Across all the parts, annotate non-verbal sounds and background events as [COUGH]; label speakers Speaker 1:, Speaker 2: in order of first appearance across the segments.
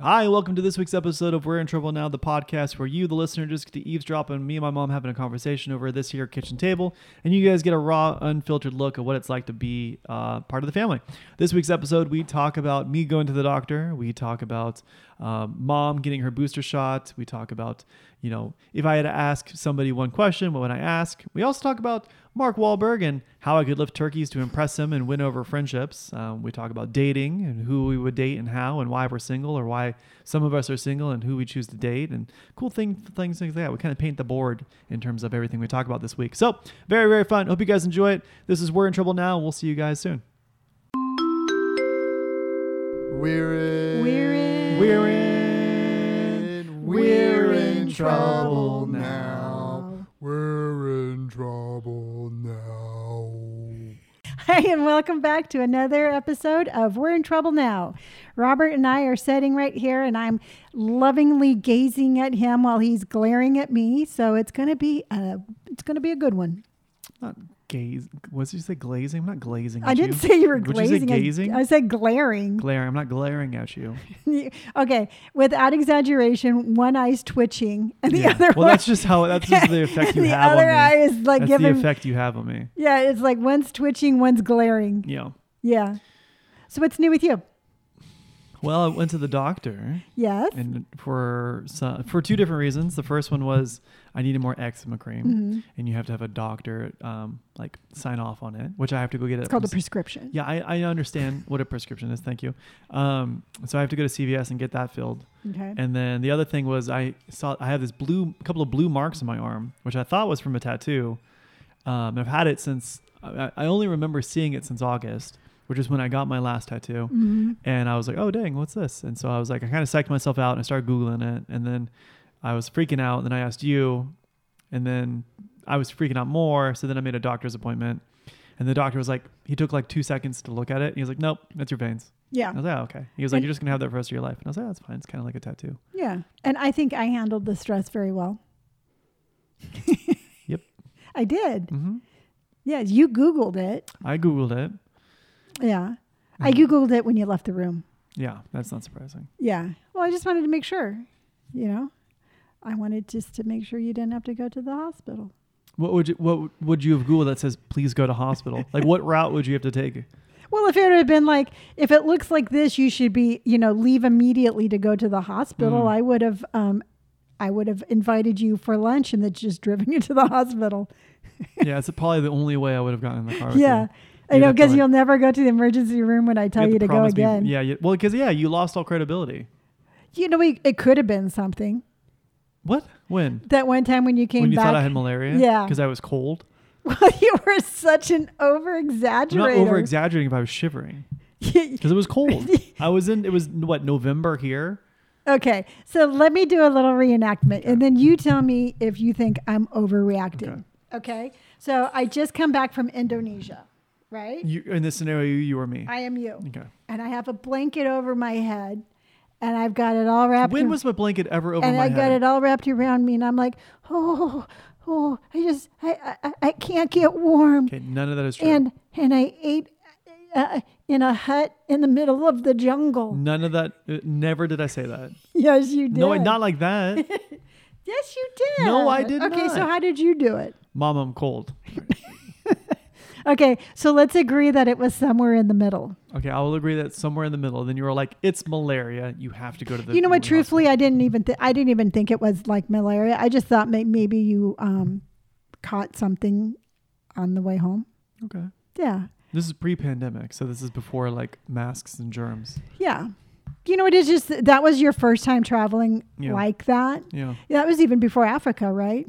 Speaker 1: Hi, welcome to this week's episode of We're in Trouble Now, the podcast where you, the listener, just get to eavesdrop on me and my mom having a conversation over this here kitchen table, and you guys get a raw, unfiltered look at what it's like to be uh, part of the family. This week's episode, we talk about me going to the doctor. We talk about um, mom getting her booster shot. We talk about, you know, if I had to ask somebody one question, what would I ask? We also talk about Mark Wahlberg and how I could lift turkeys to impress him and win over friendships. Um, we talk about dating and who we would date and how and why we're single or why some of us are single and who we choose to date and cool thing, things like that. We kind of paint the board in terms of everything we talk about this week. So very, very fun. Hope you guys enjoy it. This is We're in Trouble Now. We'll see you guys soon.
Speaker 2: We're in.
Speaker 3: We're in. [LAUGHS]
Speaker 1: We're in.
Speaker 2: We're in trouble now. We're in trouble now.
Speaker 3: Hi, and welcome back to another episode of We're in Trouble Now. Robert and I are sitting right here, and I'm lovingly gazing at him while he's glaring at me. So it's gonna be a it's gonna be a good one.
Speaker 1: Not gaze. What did you say? Glazing? I'm not glazing.
Speaker 3: I
Speaker 1: at
Speaker 3: didn't
Speaker 1: you.
Speaker 3: say you were
Speaker 1: Would
Speaker 3: glazing.
Speaker 1: you
Speaker 3: I-
Speaker 1: say gazing?
Speaker 3: I, said glaring.
Speaker 1: glaring. I'm not glaring at you.
Speaker 3: [LAUGHS] okay, without exaggeration, one eye's twitching, and the
Speaker 1: Yeah.
Speaker 3: other
Speaker 1: well,
Speaker 3: one,
Speaker 1: that's just how. That's just
Speaker 3: [LAUGHS]
Speaker 1: the effect you
Speaker 3: the
Speaker 1: have on
Speaker 3: other
Speaker 1: me.
Speaker 3: eye is like
Speaker 1: that's the
Speaker 3: giving.
Speaker 1: effect you have on me.
Speaker 3: Yeah, it's like one's twitching, one's glaring.
Speaker 1: Yeah.
Speaker 3: Yeah. So what's new with you?
Speaker 1: Well, I went to the doctor,
Speaker 3: Yes.
Speaker 1: and for some, for two different reasons. The first one was I needed more eczema cream,
Speaker 3: Mm-hmm.
Speaker 1: and you have to have a doctor um, like sign off on it, which I have to go get.
Speaker 3: It's called a prescription.
Speaker 1: Yeah, I, I understand what a prescription is. Thank you. Um, so I have to go to CVS and get that filled.
Speaker 3: Okay.
Speaker 1: And then the other thing was I saw I had this blue couple of blue marks on my arm, which I thought was from a tattoo. Um, I've had it since I, I only remember seeing it since August, which is when I got my last tattoo.
Speaker 3: Mm-hmm.
Speaker 1: And I was like, oh dang, what's this? And so I was like, I kind of psyched myself out and I started googling it, and then I was freaking out. And then I asked you, and then I was freaking out more. So then I made a doctor's appointment, and the doctor was like, he took like two seconds to look at it, and he was like, nope, that's your veins.
Speaker 3: Yeah.
Speaker 1: I was like, oh, okay. He was like,
Speaker 3: And-
Speaker 1: you're just gonna have that for the rest of your life. And I was like, oh, that's fine. It's kind of like a tattoo.
Speaker 3: Yeah. And I think I handled the stress very well.
Speaker 1: [LAUGHS] Yep.
Speaker 3: I did.
Speaker 1: hmm
Speaker 3: Yeah. You Googled it.
Speaker 1: I googled it.
Speaker 3: Yeah. I
Speaker 1: Mm-hmm.
Speaker 3: Googled it when you left the room.
Speaker 1: Yeah, that's not surprising.
Speaker 3: Yeah. Well, I just wanted to make sure, you know, I wanted just to make sure you didn't have to go to the hospital.
Speaker 1: What would you what would you have googled that says please go to
Speaker 3: [LAUGHS]
Speaker 1: hospital? like what route would you have to take?
Speaker 3: Well, if it would have been like, if it looks like this, you should be, you know, leave immediately to go to the hospital.
Speaker 1: Mm.
Speaker 3: I would have, um, I would have invited you for lunch and then just [LAUGHS] driven you to the hospital.
Speaker 1: yeah, it's probably the only way I would have gotten in the car. With
Speaker 3: Yeah.
Speaker 1: you.
Speaker 3: I
Speaker 1: You'd
Speaker 3: know
Speaker 1: have to,
Speaker 3: because
Speaker 1: like-
Speaker 3: you'll never go to the emergency room when I
Speaker 1: You
Speaker 3: tell
Speaker 1: had
Speaker 3: you, to go
Speaker 1: promise me-
Speaker 3: again.
Speaker 1: yeah, you, well, because yeah, you lost all credibility.
Speaker 3: You know, we, it could have been something.
Speaker 1: What? When?
Speaker 3: That one time when you came
Speaker 1: when you
Speaker 3: back,
Speaker 1: thought I had malaria?
Speaker 3: Yeah.
Speaker 1: because I was cold.
Speaker 3: [LAUGHS] well, you were such an over
Speaker 1: I'm not over
Speaker 3: [LAUGHS] exaggerator.
Speaker 1: exaggerating if I was shivering because it was
Speaker 3: [LAUGHS]
Speaker 1: cold. I was in. It was what November here.
Speaker 3: okay, so let me do a little reenactment, and then you tell me if you think I'm overreacting. Okay. so I just come back from Indonesia, right?
Speaker 1: You in this scenario, you, you or me?
Speaker 3: I am you,
Speaker 1: okay.
Speaker 3: and I have a blanket over my head, and I've got it all wrapped.
Speaker 1: When
Speaker 3: in-
Speaker 1: was my blanket ever over
Speaker 3: and
Speaker 1: my
Speaker 3: I
Speaker 1: head?
Speaker 3: got it all wrapped around me, and I'm like, oh, oh, I just, I, I, I can't get warm.
Speaker 1: okay, none of that is true.
Speaker 3: And and I ate uh, in a hut in the middle of the jungle.
Speaker 1: none of that. uh, Never did I say that.
Speaker 3: [LAUGHS] Yes, you did.
Speaker 1: No, I- not like that.
Speaker 3: [LAUGHS] Yes, you did.
Speaker 1: No, I did
Speaker 3: Okay, so
Speaker 1: not.
Speaker 3: how did you do it?
Speaker 1: Mom, I'm cold.
Speaker 3: Okay, so let's agree that it was somewhere in the middle.
Speaker 1: Okay, I will agree that somewhere in the middle. Then you were like, "It's malaria. You have to go to the."
Speaker 3: you know what?
Speaker 1: hospital."
Speaker 3: Truthfully, I didn't even th- I didn't even think it was like malaria. I just thought may- maybe you um, caught something on the way home.
Speaker 1: Okay.
Speaker 3: Yeah.
Speaker 1: This is pre-pandemic, so this is before like masks and germs.
Speaker 3: Yeah. You know, it is just that was your first time traveling
Speaker 1: Yeah.
Speaker 3: like that.
Speaker 1: Yeah.
Speaker 3: That was even before Africa, right?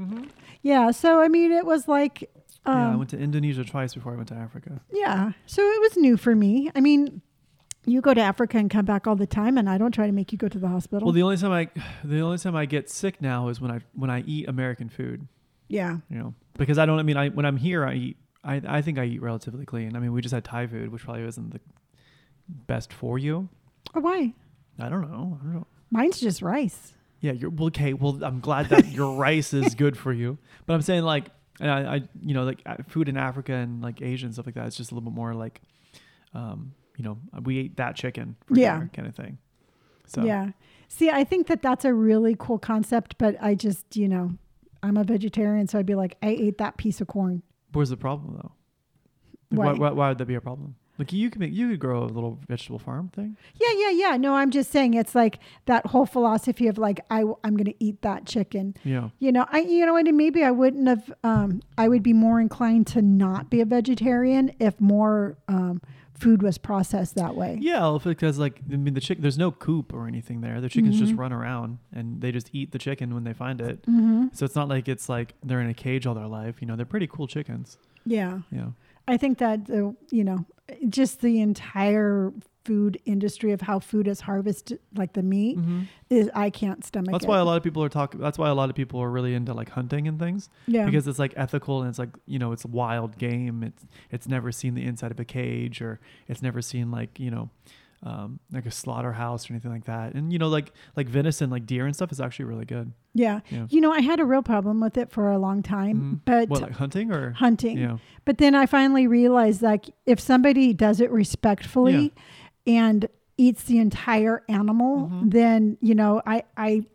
Speaker 3: Yeah. So, I mean, it was like,
Speaker 1: yeah, I
Speaker 3: Mm-hmm. um,
Speaker 1: went to Indonesia twice before I went to Africa.
Speaker 3: yeah, So it was new for me. I mean, you go to Africa and come back all the time, and I don't try to make you go to the hospital.
Speaker 1: Well, the only time I, the only time I get sick now is when I when I eat American food.
Speaker 3: yeah.
Speaker 1: You know, because I don't. I mean, I when I'm here, I eat. I I think I eat relatively clean. I mean, we just had Thai food, which probably wasn't the best for you.
Speaker 3: Oh, why?
Speaker 1: I don't know. I don't know.
Speaker 3: Mine's just rice.
Speaker 1: Yeah, you're well, okay. Well, I'm glad that
Speaker 3: [LAUGHS]
Speaker 1: your rice is good for you, but I'm saying like, and I, I you know, like uh, food in Africa and like Asia and stuff like that. It's just a little bit more like, um, you know, we ate that chicken, for
Speaker 3: Yeah.
Speaker 1: dinner kind of thing. So
Speaker 3: Yeah. See, I think that that's a really cool concept, but I just, you know, I'm a vegetarian, so I'd be like, I ate that piece of corn.
Speaker 1: where's the problem though? Like, why,
Speaker 3: Why?
Speaker 1: why, why would that be a problem? Like you could make you could grow a little vegetable farm thing.
Speaker 3: Yeah, yeah, yeah. No, I'm just saying it's like that whole philosophy of like, I, I'm going to eat that chicken.
Speaker 1: Yeah.
Speaker 3: You know, I, you know, and maybe I wouldn't have, um, I would be more inclined to not be a vegetarian if more um, food was processed that way.
Speaker 1: Yeah, well, because like I mean the chicken, there's no coop or anything there. The chickens
Speaker 3: Mm-hmm.
Speaker 1: just run around and they just eat the chicken when they find it.
Speaker 3: hmm
Speaker 1: So it's not like it's like they're in a cage all their life. You know, they're pretty cool chickens.
Speaker 3: Yeah.
Speaker 1: Yeah.
Speaker 3: I think that the you know just the entire food industry of how food is harvested, like the meat, is I can't
Speaker 1: Mm.
Speaker 3: stomach.
Speaker 1: Mm-hmm. That's
Speaker 3: it.
Speaker 1: why a lot of people are talking. That's why a lot of people are really into like hunting and things
Speaker 3: yeah,
Speaker 1: because it's like ethical and it's like you know it's wild game. It's it's never seen the inside of a cage or it's never seen like you know um, like a slaughterhouse or anything like that. And you know like like venison, like deer and stuff is actually really good.
Speaker 3: yeah.
Speaker 1: Yeah.
Speaker 3: You know, I had a real problem with it for a long time,
Speaker 1: Mhm.
Speaker 3: but
Speaker 1: What like hunting or
Speaker 3: hunting.
Speaker 1: yeah
Speaker 3: But then I finally realized like if somebody does it respectfully and eats the entire animal,
Speaker 1: Mhm.
Speaker 3: then you know I I.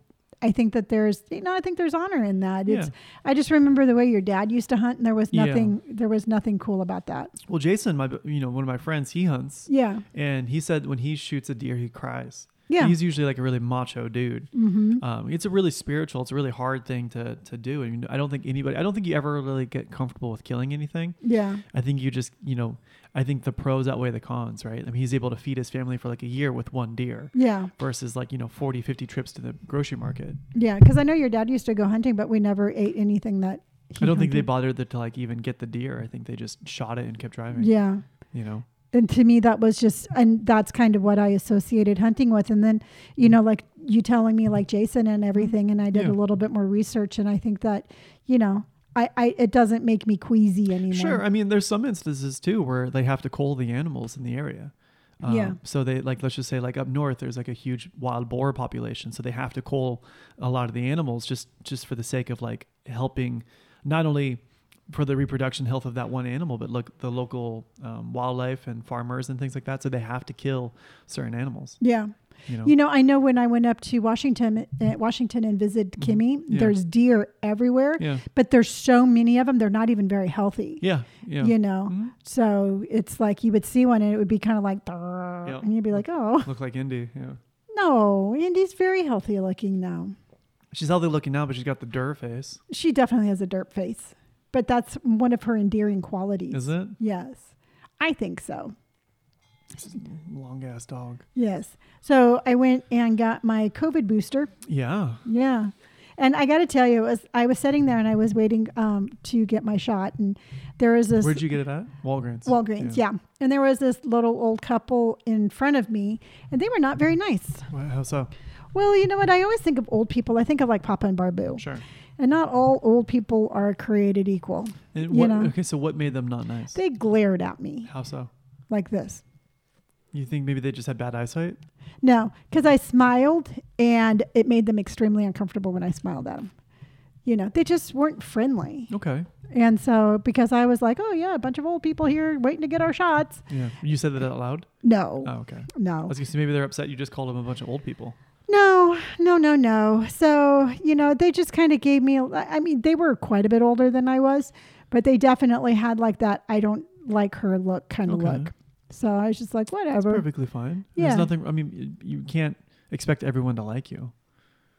Speaker 3: I think that there's, you know, I think there's honor in that. It's, I just remember the way your dad used to hunt, and there was
Speaker 1: Yeah.
Speaker 3: nothing, there was nothing cool about that.
Speaker 1: Well, Jason, my you know one of my friends, he hunts,
Speaker 3: Yeah.
Speaker 1: and he said when he shoots a deer, he cries.
Speaker 3: Yeah.
Speaker 1: he's usually like a really macho dude.
Speaker 3: mm-hmm.
Speaker 1: Um, it's a really spiritual. It's a really hard thing to to do. I mean, I don't think anybody. I don't think you ever really get comfortable with killing anything.
Speaker 3: Yeah.
Speaker 1: I think you just you know, I think the pros outweigh the cons, right? I mean, he's able to feed his family for like a year with one deer
Speaker 3: Yeah.
Speaker 1: versus like you know 40 50 trips to the grocery market
Speaker 3: Yeah. Because I know your dad used to go hunting, but we never ate anything that. He
Speaker 1: i don't think they
Speaker 3: hunted.
Speaker 1: bothered to, to like even get the deer i think they just shot it and kept driving
Speaker 3: Yeah.
Speaker 1: you know
Speaker 3: And to me, that was just, and that's kind of what I associated hunting with. And then, you know, like you telling me, like Jason and everything, and I did
Speaker 1: Mm. Mm-hmm. Yeah.
Speaker 3: a little bit more research, and I think that, you know, I, I it doesn't make me queasy anymore.
Speaker 1: Sure. I mean, there's some instances too where they have to cull the animals in the area. Um,
Speaker 3: Yeah.
Speaker 1: So they like let's just say like up north there's like a huge wild boar population, so they have to cull a lot of the animals just just for the sake of like helping not only for the reproduction health of that one animal, but look the local um, wildlife and farmers and things like that. So they have to kill certain animals.
Speaker 3: Yeah.
Speaker 1: You know.
Speaker 3: You know, I know when I went up to Washington, uh, Washington and visited
Speaker 1: Mhm.
Speaker 3: Kimmy,
Speaker 1: Yeah.
Speaker 3: there's deer everywhere,
Speaker 1: yeah.
Speaker 3: but there's so many of them, they're not even very healthy.
Speaker 1: Yeah. Yeah.
Speaker 3: You know,
Speaker 1: Mhm.
Speaker 3: So it's like you would see one and it would be kind of like, "Brrr,"
Speaker 1: Yeah.
Speaker 3: and you'd be like, oh,
Speaker 1: Look like Indy. Yeah.
Speaker 3: no, Andy's very healthy looking now.
Speaker 1: She's healthy looking now, but she's got the dirt face.
Speaker 3: She definitely has a dirt face, but that's one of her endearing qualities.
Speaker 1: Is it?
Speaker 3: Yes, I think so.
Speaker 1: Long ass dog.
Speaker 3: Yes. So I went and got my COVID booster.
Speaker 1: Yeah.
Speaker 3: Yeah. And I got to tell you, it was, I was sitting there and I was waiting um, to get my shot. And there was this.
Speaker 1: Where'd you get it at? Walgreens.
Speaker 3: Walgreens, yeah. And there was this little old couple in front of me, and they were not very nice.
Speaker 1: Wha- How so?
Speaker 3: Well, you know what? I always think of old people. I think of like Papa and Barbu.
Speaker 1: Sure.
Speaker 3: And not all old people are created equal.
Speaker 1: And
Speaker 3: You
Speaker 1: what,
Speaker 3: know.
Speaker 1: Okay, so what made them not nice?
Speaker 3: They glared at me
Speaker 1: How so?
Speaker 3: like this.
Speaker 1: You think maybe they just had bad eyesight?
Speaker 3: No, because I smiled and it made them extremely uncomfortable when I smiled at them. You know, they just weren't friendly.
Speaker 1: Okay.
Speaker 3: And so, because I was like, oh, yeah, a bunch of old people here waiting to get our shots.
Speaker 1: Yeah. You said that out loud?
Speaker 3: No,
Speaker 1: Oh, okay. I
Speaker 3: no.
Speaker 1: was gonna say maybe they're upset you just called them a bunch of old people.
Speaker 3: No, no, no, no. So, you know, they just kind of gave me, I mean, they were quite a bit older than I was, but they definitely had like that I don't like her look kind of
Speaker 1: Okay.
Speaker 3: look. So I was just like, whatever.
Speaker 1: Perfectly fine.
Speaker 3: Yeah.
Speaker 1: There's nothing, I mean, y- you can't expect everyone to like you.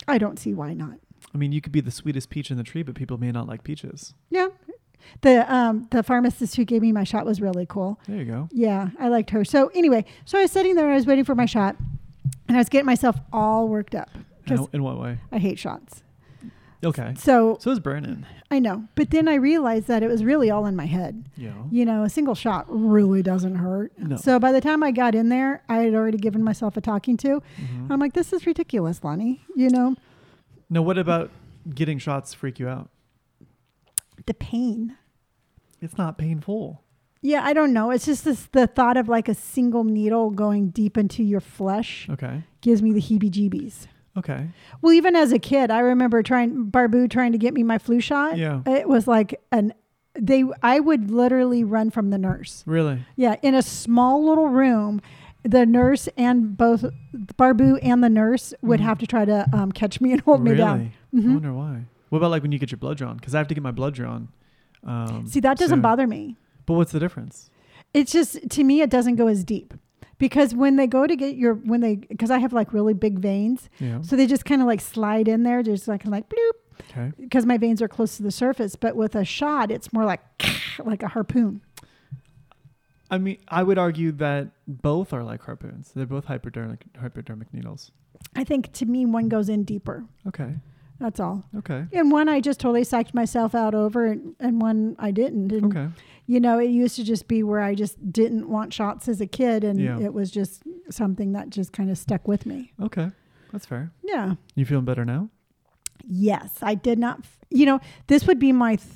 Speaker 3: I don't see why not.
Speaker 1: I mean, you could be the sweetest peach in the tree, but people may not like peaches.
Speaker 3: Yeah. The um the pharmacist who gave me my shot was really cool.
Speaker 1: There you go.
Speaker 3: Yeah, I liked her. So anyway, so I was sitting there and I was waiting for my shot and I was getting myself all worked up
Speaker 1: In,
Speaker 3: because
Speaker 1: how- in what way?
Speaker 3: I hate shots.
Speaker 1: Okay.
Speaker 3: So
Speaker 1: So is Brennan.
Speaker 3: I know. But then I realized that it was really all in my head.
Speaker 1: Yeah.
Speaker 3: You know, a single shot really doesn't hurt.
Speaker 1: No.
Speaker 3: So by the time I got in there, I had already given myself a talking to.
Speaker 1: Mhm.
Speaker 3: I'm like, this is ridiculous, Lonnie. You know,
Speaker 1: Now, what about getting shots freak you out?
Speaker 3: the pain.
Speaker 1: It's not painful.
Speaker 3: Yeah, I don't know. It's just this, the thought of like a single needle going deep into your flesh
Speaker 1: Okay.
Speaker 3: gives me the heebie jeebies.
Speaker 1: Okay.
Speaker 3: Well, even as a kid, I remember trying Barbu trying to get me my flu shot.
Speaker 1: Yeah.
Speaker 3: It was like an they I would literally run from the nurse.
Speaker 1: Really?
Speaker 3: Yeah, in a small little room the nurse and both Barbu and the nurse would have to try to um, catch me and hold
Speaker 1: Mm-hmm. really? Oh,
Speaker 3: me down.
Speaker 1: I
Speaker 3: Mhm.
Speaker 1: wonder why. What about like when you get your blood drawn? Because I have to get my blood drawn. Um,
Speaker 3: See, that doesn't
Speaker 1: soon.
Speaker 3: bother me.
Speaker 1: But what's the difference?
Speaker 3: It's just to me, it doesn't go as deep because when they go to get your when they because I have like really big veins,
Speaker 1: Yeah.
Speaker 3: so they just kind of like slide in there, just like like bloop
Speaker 1: Okay.
Speaker 3: because my veins are close to the surface. But with a shot, it's more like [SNIFFS] like a harpoon.
Speaker 1: I mean, I would argue that both are like harpoons. They're both hypodermic hypodermic needles.
Speaker 3: I think to me, one goes in deeper.
Speaker 1: Okay.
Speaker 3: That's all.
Speaker 1: Okay.
Speaker 3: And one I just totally psyched myself out over, and, and one I didn't. And
Speaker 1: Okay.
Speaker 3: you know, it used to just be where I just didn't want shots as a kid, and
Speaker 1: Yeah.
Speaker 3: it was just something that just kind of stuck with me.
Speaker 1: Okay. That's fair.
Speaker 3: Yeah.
Speaker 1: You feeling better now?
Speaker 3: Yes, I did not. F- you know, this would be my th-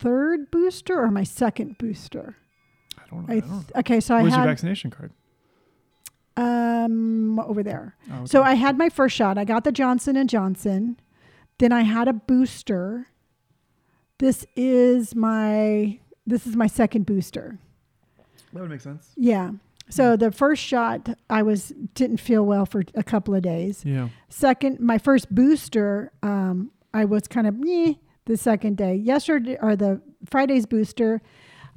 Speaker 3: third booster or my second booster.
Speaker 1: I don't know. I
Speaker 3: I
Speaker 1: don't know.
Speaker 3: th- okay, so I
Speaker 1: Where's your
Speaker 3: had
Speaker 1: vaccination card?
Speaker 3: um over there.
Speaker 1: Oh, okay.
Speaker 3: So I had my first shot. I got the Johnson and Johnson. Then I had a booster. This is my this is my second booster.
Speaker 1: that would make sense.
Speaker 3: Yeah.
Speaker 1: Hmm.
Speaker 3: So the first shot, I was didn't feel well for a couple of days.
Speaker 1: Yeah.
Speaker 3: Second, my first booster, um, I was kind of meh the second day. Yesterday or the Friday's booster,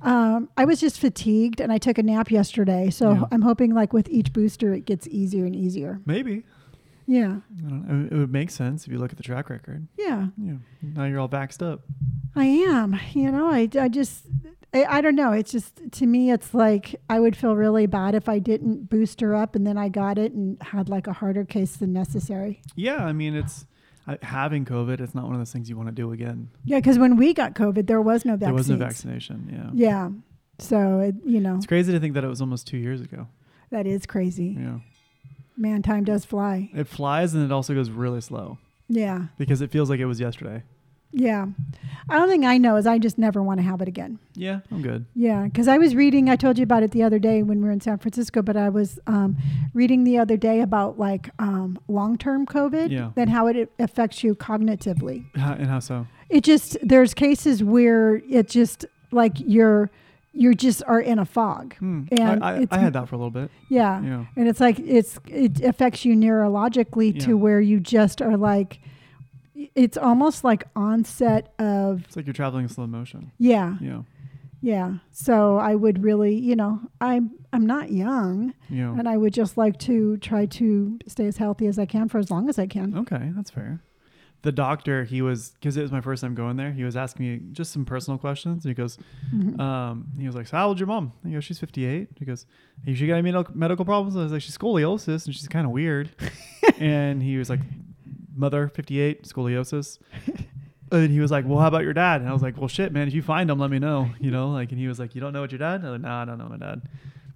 Speaker 3: um, I was just fatigued and I took a nap yesterday. So
Speaker 1: Yeah.
Speaker 3: I'm hoping like with each booster, it gets easier and easier.
Speaker 1: Maybe.
Speaker 3: Yeah.
Speaker 1: I don't know. It would make sense if you look at the track record.
Speaker 3: Yeah.
Speaker 1: Yeah. Now you're all vaxxed up.
Speaker 3: I am. You know, I, I just, I, I don't know. It's just, to me, it's like I would feel really bad if I didn't boost her up and then I got it and had like a harder case than necessary.
Speaker 1: Yeah. I mean, it's uh, having COVID. It's not one of those things you want to do again.
Speaker 3: Yeah. Cause when we got COVID, there was no vaccine.
Speaker 1: There was no vaccination. Yeah.
Speaker 3: Yeah. So, it, you know,
Speaker 1: It's crazy to think that it was almost two years ago.
Speaker 3: that is crazy.
Speaker 1: Yeah.
Speaker 3: Man, time does fly.
Speaker 1: It flies and it also goes really slow
Speaker 3: Yeah.
Speaker 1: because it feels like it was yesterday.
Speaker 3: Yeah. I don't think I know is I just never want to have it again.
Speaker 1: Yeah. I'm good.
Speaker 3: Yeah, because I was reading, I told you about it the other day when we were in San Francisco, but I was um, reading the other day about like um, long term COVID
Speaker 1: Yeah.
Speaker 3: and how it affects you cognitively.
Speaker 1: How, and how so?
Speaker 3: It just, there's cases where it just like you're, you just are in a fog.
Speaker 1: Hmm.
Speaker 3: And
Speaker 1: I, I,
Speaker 3: it's-
Speaker 1: I had that for a little bit.
Speaker 3: Yeah.
Speaker 1: Yeah.
Speaker 3: And it's like, it's, it affects you neurologically
Speaker 1: Yeah.
Speaker 3: to where you just are like, it's almost like onset of,
Speaker 1: It's like you're traveling in slow motion.
Speaker 3: yeah,
Speaker 1: Yeah.
Speaker 3: yeah. So I would really, you know, I'm, I'm not young.
Speaker 1: Yeah.
Speaker 3: And I would just like to try to stay as healthy as I can for as long as I can.
Speaker 1: Okay, that's fair. The doctor, he was because it was my first time going there. He was asking me just some personal questions. And he goes,
Speaker 3: Mhm.
Speaker 1: um, he was like, "So how old's your mom?" I go, "She's 58." He goes, "Has she got any medical medical problems?" I was like, "She's scoliosis, and she's kind of weird." [LAUGHS] and he was like, "Mother, 58, scoliosis." and he was like, "Well, how about your dad?" And I was like, "Well, shit, man. If you find him, let me know." You know, like, and he was like, "You don't know what your dad?" I was like, "No, I don't know my dad."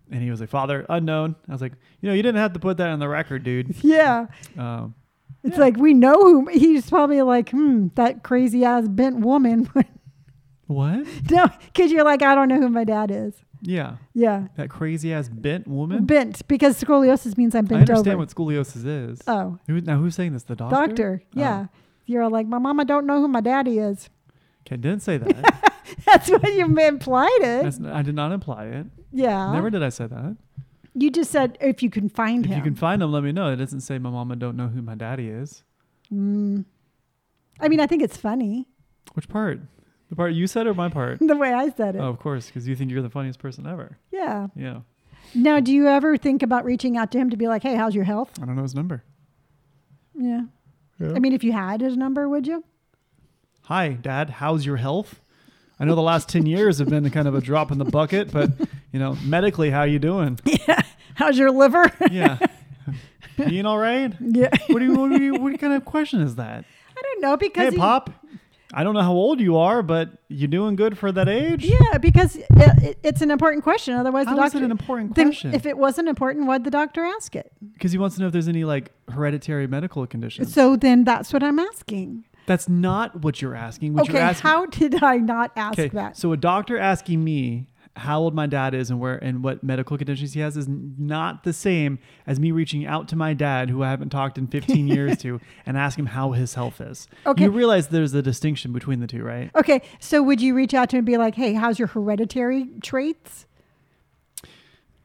Speaker 1: And he was like, "Father, unknown." I was like, "You know, you didn't have to put that on the record, dude."
Speaker 3: Yeah.
Speaker 1: Um,
Speaker 3: It's
Speaker 1: Yeah.
Speaker 3: like we know who he's probably like, hmm, that crazy ass bent woman. [LAUGHS]
Speaker 1: what?
Speaker 3: no, because you're like, I don't know who my dad is.
Speaker 1: Yeah.
Speaker 3: Yeah.
Speaker 1: That crazy ass bent woman.
Speaker 3: Bent because scoliosis means I'm
Speaker 1: I
Speaker 3: bent
Speaker 1: understand
Speaker 3: over.
Speaker 1: what scoliosis is.
Speaker 3: oh,
Speaker 1: Who, now who's saying this? The Uh, doctor.
Speaker 3: doctor. Yeah.
Speaker 1: Oh.
Speaker 3: You're all like, my mama don't know who my daddy is. [LAUGHS]
Speaker 1: Okay, didn't say that.
Speaker 3: That's what you implied it.
Speaker 1: That's- I did not imply it.
Speaker 3: yeah.
Speaker 1: Never did I say that.
Speaker 3: you just said if you can find
Speaker 1: If
Speaker 3: him.
Speaker 1: you can find him, let me know. It doesn't say my mama don't know who my daddy is.
Speaker 3: Mm. I mean, I think it's funny [LAUGHS]
Speaker 1: Which part? The part you said or my part?
Speaker 3: the way I said it.
Speaker 1: oh, of course, because you think you're the funniest person ever.
Speaker 3: Yeah.
Speaker 1: Yeah.
Speaker 3: Now, do you ever think about reaching out to him to be like, "Hey, how's your health?"
Speaker 1: I don't know his number.
Speaker 3: Yeah.
Speaker 1: Yeah.
Speaker 3: I mean, if you had his number, would you?
Speaker 1: Hi, Dad. How's your health? I know the last ten years have been kind of a drop in the bucket, but you know, medically, how you doing?
Speaker 3: How's
Speaker 1: [LAUGHS]
Speaker 3: your liver?
Speaker 1: Yeah. Being all right?
Speaker 3: yeah.
Speaker 1: What do you? What, do you, what kind of question is that?
Speaker 3: I don't know because
Speaker 1: Hey,
Speaker 3: he-
Speaker 1: Pop. I don't know how old you are, but you doing good for that age.
Speaker 3: Yeah, because it, it, it's an important question. Otherwise, the
Speaker 1: How is
Speaker 3: doctor.
Speaker 1: it an important
Speaker 3: Then
Speaker 1: question?
Speaker 3: If it wasn't important, why'd the doctor ask it?
Speaker 1: Because he wants to know if there's any like hereditary medical conditions.
Speaker 3: So then, that's what I'm asking.
Speaker 1: That's not what you're asking. What
Speaker 3: okay,
Speaker 1: you're asking.
Speaker 3: how did I not ask
Speaker 1: okay,
Speaker 3: that?
Speaker 1: So a doctor asking me how old my dad is and where and what medical conditions he has is n- not the same as me reaching out to my dad who I haven't talked in 15 years
Speaker 3: [LAUGHS]
Speaker 1: to and ask him how his health is.
Speaker 3: Okay.
Speaker 1: You realize there's a distinction between the two, right?
Speaker 3: okay, so would you reach out to him and be like, "Hey, how's your hereditary traits?"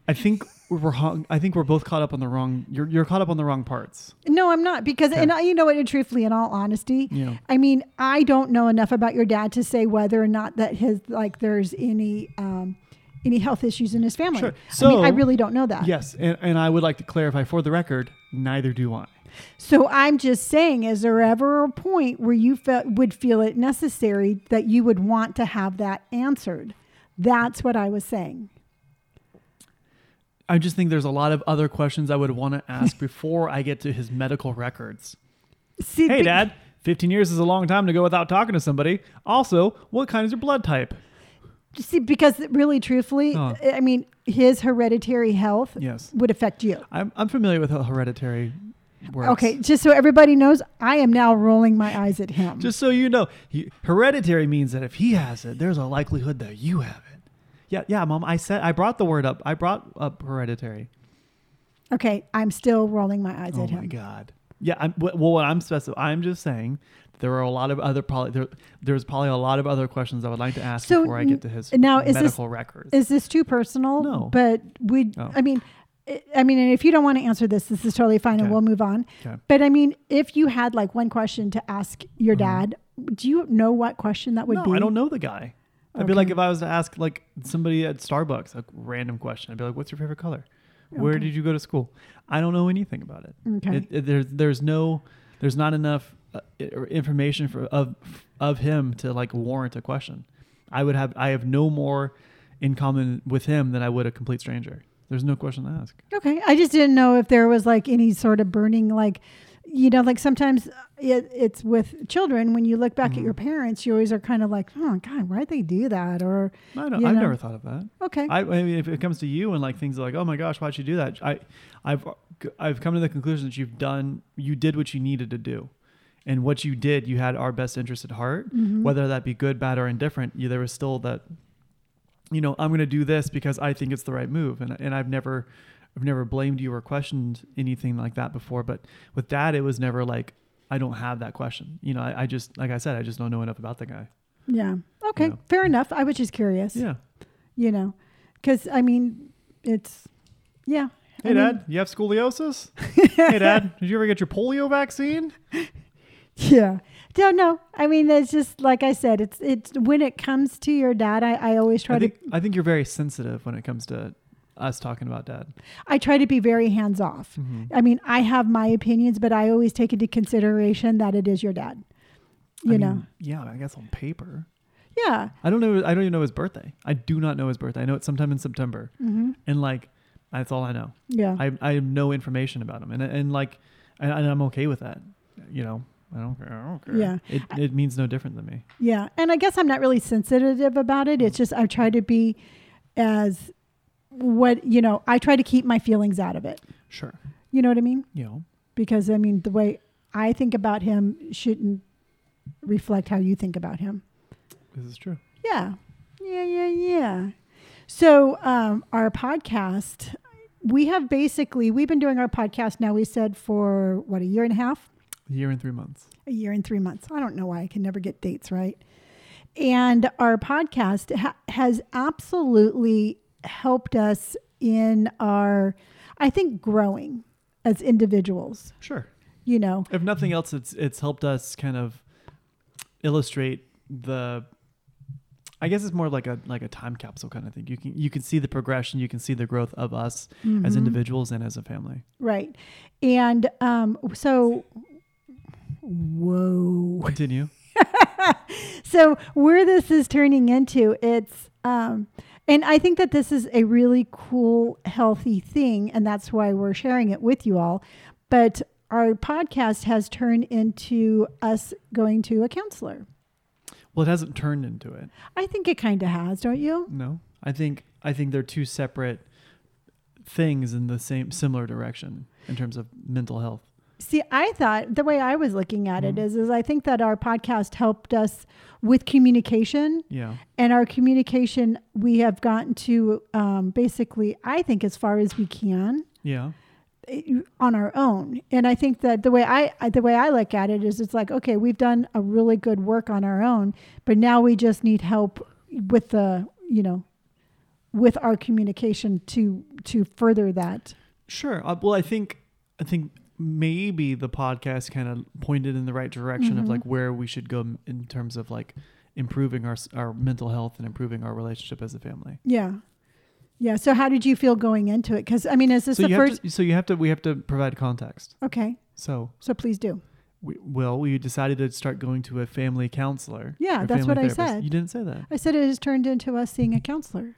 Speaker 1: I think we're hung, I think we're both caught up on the wrong. You're you're caught up on the wrong parts.
Speaker 3: No, I'm not because, and
Speaker 1: Okay.
Speaker 3: I, you know what? And truthfully, in all honesty,
Speaker 1: Yeah.
Speaker 3: I mean, I don't know enough about your dad to say whether or not that his like there's any um, any health issues in his family.
Speaker 1: Sure.
Speaker 3: I mean, I
Speaker 1: So-
Speaker 3: really don't know that.
Speaker 1: Yes, and, and I would like to clarify for the record, neither do I.
Speaker 3: So I'm just saying, is there ever a point where you felt would feel it necessary that you would want to have that answered? That's what I was saying.
Speaker 1: I just think there's a lot of other questions I would want to ask before I get to his medical records.
Speaker 3: See,
Speaker 1: Hey,
Speaker 3: be-
Speaker 1: Dad, 15 years is a long time to go without talking to somebody. Also, what kind is your blood type?
Speaker 3: See, because really, truthfully,
Speaker 1: Huh.
Speaker 3: I mean, his hereditary health
Speaker 1: Yes.
Speaker 3: would affect you.
Speaker 1: I'm, I'm familiar with how hereditary works.
Speaker 3: Okay, just so everybody knows, I am now rolling my eyes at him.
Speaker 1: Just so you know, he, hereditary means that if he has it, there's a likelihood that you have it. Yeah, yeah, Mom. I said I brought the word up. I brought up hereditary.
Speaker 3: okay, I'm still rolling my eyes
Speaker 1: Oh
Speaker 3: at him.
Speaker 1: my god. Yeah. I'm, wh- well, what I'm specif- I'm just saying there are a lot of other probably there, there's probably a lot of other questions I would like to ask
Speaker 3: So
Speaker 1: before I
Speaker 3: n-
Speaker 1: get to his
Speaker 3: now is this-
Speaker 1: medical records.
Speaker 3: Is this too personal?
Speaker 1: No.
Speaker 3: But we,
Speaker 1: Oh.
Speaker 3: I mean, I- I mean, and if you don't want to answer this, this is totally fine, and
Speaker 1: Okay.
Speaker 3: we'll move on.
Speaker 1: Okay.
Speaker 3: But I mean, if you had like one question to ask your dad, do you know what question that would
Speaker 1: Mm-hmm. no,
Speaker 3: be?
Speaker 1: I don't know the guy. I'd be like
Speaker 3: Okay.
Speaker 1: if I was to ask like somebody at Starbucks a random question. I'd be like, "What's your favorite color? Where
Speaker 3: Okay.
Speaker 1: did you go to school?" I don't know anything about it.
Speaker 3: Okay.
Speaker 1: It, it- there's there's no there's not enough uh, i- or information for of of him to like warrant a question. I would have I have no more in common with him than I would a complete stranger. There's no question to ask.
Speaker 3: Okay, I just didn't know if there was like any sort of burning, like, you know, like sometimes uh, it, it's with children when you look back
Speaker 1: Mm-hmm.
Speaker 3: at your parents, you always are kind of like, oh God, why'd they do that? Or
Speaker 1: I don't,
Speaker 3: You
Speaker 1: I've
Speaker 3: know.
Speaker 1: never thought of that.
Speaker 3: okay,
Speaker 1: I, I mean, if it comes to you and like things like, oh my gosh, why'd you do that? I, I've, I've come to the conclusion that you've done, you did what you needed to do, and what you did, you had our best interest at heart, whether that be good, bad, or indifferent. You, there was still that, you know, I'm going to do this because I think it's the right move, and and I've never, I've never blamed you or questioned anything like that before. But with dad, it was never like. I don't have that question. You know, I, I just, like I said, I just don't know enough about the guy.
Speaker 3: yeah, okay,
Speaker 1: Yeah.
Speaker 3: fair enough. I was just curious,
Speaker 1: Yeah.
Speaker 3: you know, because I mean, it's yeah.
Speaker 1: Hey,
Speaker 3: I mean,
Speaker 1: Dad, you have scoliosis? hey, Dad, did you ever get your polio vaccine?
Speaker 3: [LAUGHS] Yeah. Don't know. I mean, it's just like I said. It's it's when it comes to your dad, I, I always try
Speaker 1: I think,
Speaker 3: to
Speaker 1: I think you're very sensitive when it comes to us talking about Dad.
Speaker 3: I try to be very hands off.
Speaker 1: Mm-hmm.
Speaker 3: I mean, I have my opinions, but I always take into consideration that it is your dad. You
Speaker 1: I
Speaker 3: know.
Speaker 1: mean, yeah, I guess on paper.
Speaker 3: yeah.
Speaker 1: I don't know. I don't even know his birthday. I do not know his birthday. I know it's sometime in September,
Speaker 3: hmm
Speaker 1: and like that's all I know.
Speaker 3: Yeah.
Speaker 1: I I have no information about him, and and like, and, and I'm okay with that. You know, I don't care. I don't care.
Speaker 3: Yeah.
Speaker 1: it it means no different than me.
Speaker 3: yeah. And I guess I'm not really sensitive about it. It's just I try to be as what you know. I try to keep my feelings out of it.
Speaker 1: Sure,
Speaker 3: You know what I mean?
Speaker 1: you know.
Speaker 3: Because I mean, the way I think about him shouldn't reflect how you think about him.
Speaker 1: This is true.
Speaker 3: Yeah. Yeah, yeah, yeah. So, um, our podcast, we have basically, we've been doing our podcast now, we said for what, a year and a half?
Speaker 1: A year and three months.
Speaker 3: A year and three months. I don't know why I can never get dates right. And our podcast ha- has absolutely helped us in our, I think, growing as individuals,
Speaker 1: Sure.
Speaker 3: you know.
Speaker 1: if nothing else, it's it's helped us kind of illustrate the. I guess it's more like a like a time capsule kind of thing. You can you can see the progression, you can see the growth of us as individuals and as a family.
Speaker 3: Right. And um, so, whoa.
Speaker 1: Continue.
Speaker 3: so where this is turning into it's um and i think that this is a really cool healthy thing and that's why we're sharing it with you all but our podcast has turned into us going to a counselor
Speaker 1: Well, it hasn't turned into it.
Speaker 3: i think it kind of has don't you
Speaker 1: No, I think I think they're two separate things in the same similar direction in terms of mental health.
Speaker 3: see i thought the way i was looking at it is is i think that our podcast helped us with communication
Speaker 1: Yeah.
Speaker 3: and our communication we have gotten to um, basically i think as far as we can eh,
Speaker 1: Yeah.
Speaker 3: on our own. And I think that the way I I- the way I look at it is it's like okay, we've done a really good work on our own, but now we just need help with the, you know, with our communication to to further that.
Speaker 1: Sure. Uh, well, I think I think maybe the podcast kind of pointed in the right direction
Speaker 3: Mm-hmm.
Speaker 1: of like where we should go m- in terms of like improving our s- our mental health and improving our relationship as a family.
Speaker 3: Yeah. Yeah. So how did you feel going into it? Because I mean, is this
Speaker 1: so
Speaker 3: the
Speaker 1: you
Speaker 3: first?
Speaker 1: have to, so you have to we have to provide context.
Speaker 3: okay.
Speaker 1: So
Speaker 3: So please do.
Speaker 1: we, well, we decided to start going to a family counselor.
Speaker 3: Yeah,
Speaker 1: or
Speaker 3: that's
Speaker 1: family
Speaker 3: what I
Speaker 1: therapist.
Speaker 3: said.
Speaker 1: You didn't say that.
Speaker 3: I said it has turned into us seeing a counselor.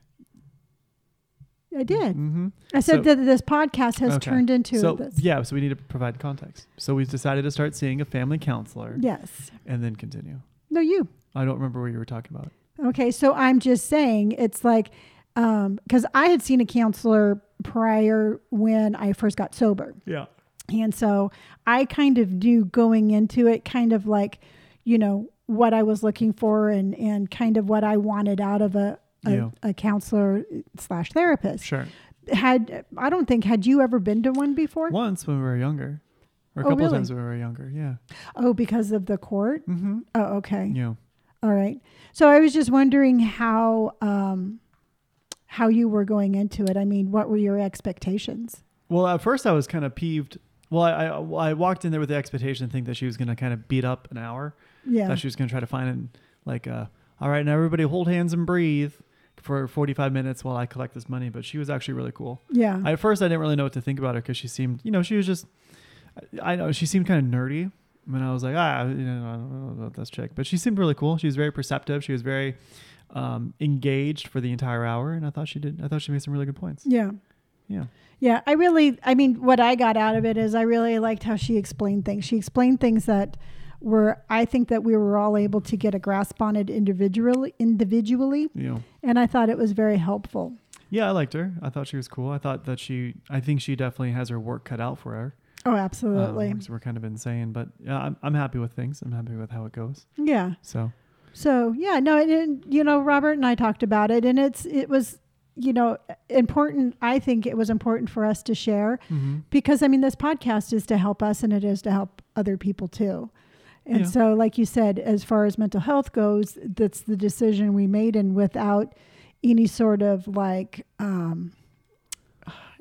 Speaker 3: I did.
Speaker 1: Mm-hmm.
Speaker 3: I said
Speaker 1: So-
Speaker 3: that this podcast has
Speaker 1: Okay.
Speaker 3: turned into
Speaker 1: So
Speaker 3: this.
Speaker 1: yeah, so we need to provide context. So we've decided to start seeing a family counselor
Speaker 3: Yes.
Speaker 1: and then continue.
Speaker 3: No, you.
Speaker 1: I don't remember what you were talking about.
Speaker 3: Okay, so I'm just saying it's like because I had seen a counselor prior when I first got sober,
Speaker 1: Yeah.
Speaker 3: and so I kind of knew going into it, kind of like you know what I was looking for and and kind of what I wanted out of a a,
Speaker 1: Yeah.
Speaker 3: a counselor slash therapist.
Speaker 1: Sure.
Speaker 3: Had I don't think had you ever been to one before?
Speaker 1: Once when we were younger, or a
Speaker 3: Oh,
Speaker 1: couple
Speaker 3: really?
Speaker 1: times when we were younger. Yeah.
Speaker 3: Oh, because of the court.
Speaker 1: Mm-hmm.
Speaker 3: Oh, okay.
Speaker 1: Yeah.
Speaker 3: All right. So I was just wondering how um, how you were going into it. I mean, what were your expectations?
Speaker 1: Well, at first I was kind of peeved. Well, I, I well, I walked in there with the expectation thing that she was going to kind of beat up an hour.
Speaker 3: Yeah.
Speaker 1: That she was going to try to find an, like uh, all right now everybody hold hands and breathe for 45 minutes while I collect this money. But she was actually really cool.
Speaker 3: yeah.
Speaker 1: I- At first, I didn't really know what to think about her because she seemed, you know, she was just, I I know she seemed kind of nerdy. And I was like, ah, you know, I don't know about this chick, but she seemed really cool. She was very perceptive. She was very um, engaged for the entire hour, and I thought she did. I thought she made some really good points.
Speaker 3: yeah.
Speaker 1: Yeah,
Speaker 3: Yeah. I really I mean, what I got out of it is I really liked how she explained things. She explained things that were I think that we were all able to get a grasp on it individually individually.
Speaker 1: you know,
Speaker 3: And I thought it was very helpful.
Speaker 1: yeah, I liked her. I thought she was cool. I thought that she, I think she definitely has her work cut out for her.
Speaker 3: Oh,
Speaker 1: Um,
Speaker 3: absolutely.
Speaker 1: which we're kind of insane, but yeah, I'm, I'm happy with things. I'm happy with how it goes.
Speaker 3: yeah.
Speaker 1: So
Speaker 3: So yeah, no, and, and you know, Robert and I talked about it, and it's it was you know important. I think it was important for us to share
Speaker 1: mhm.
Speaker 3: because I mean, this podcast is to help us, and it is to help other people too. And
Speaker 1: Yeah.
Speaker 3: so, like you said, as far as mental health goes, that's the decision we made, and without any sort of like, um,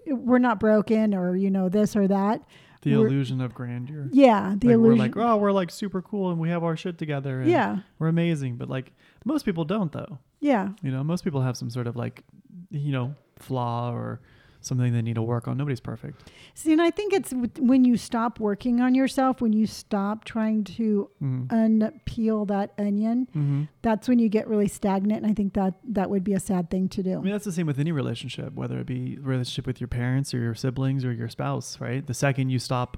Speaker 3: we're not broken, or you know, this or that.
Speaker 1: the
Speaker 3: We're-
Speaker 1: illusion of grandeur.
Speaker 3: Yeah, the
Speaker 1: like,
Speaker 3: illusion.
Speaker 1: We're like, oh, we're like super cool and we have our shit together. And
Speaker 3: yeah,
Speaker 1: We're amazing. But like most people don't though.
Speaker 3: yeah,
Speaker 1: You know, most people have some sort of like, you know, flaw or something they need to work on. Nobody's perfect.
Speaker 3: See, and I think it's w- when you stop working on yourself, when you stop trying to
Speaker 1: Mm-hmm.
Speaker 3: unpeel that onion,
Speaker 1: hmm
Speaker 3: that's when you get really stagnant. And I think that that would be a sad thing to
Speaker 1: I
Speaker 3: do.
Speaker 1: mean, that's the same with any relationship, whether it be relationship with your parents or your siblings or your spouse, right? The second you stop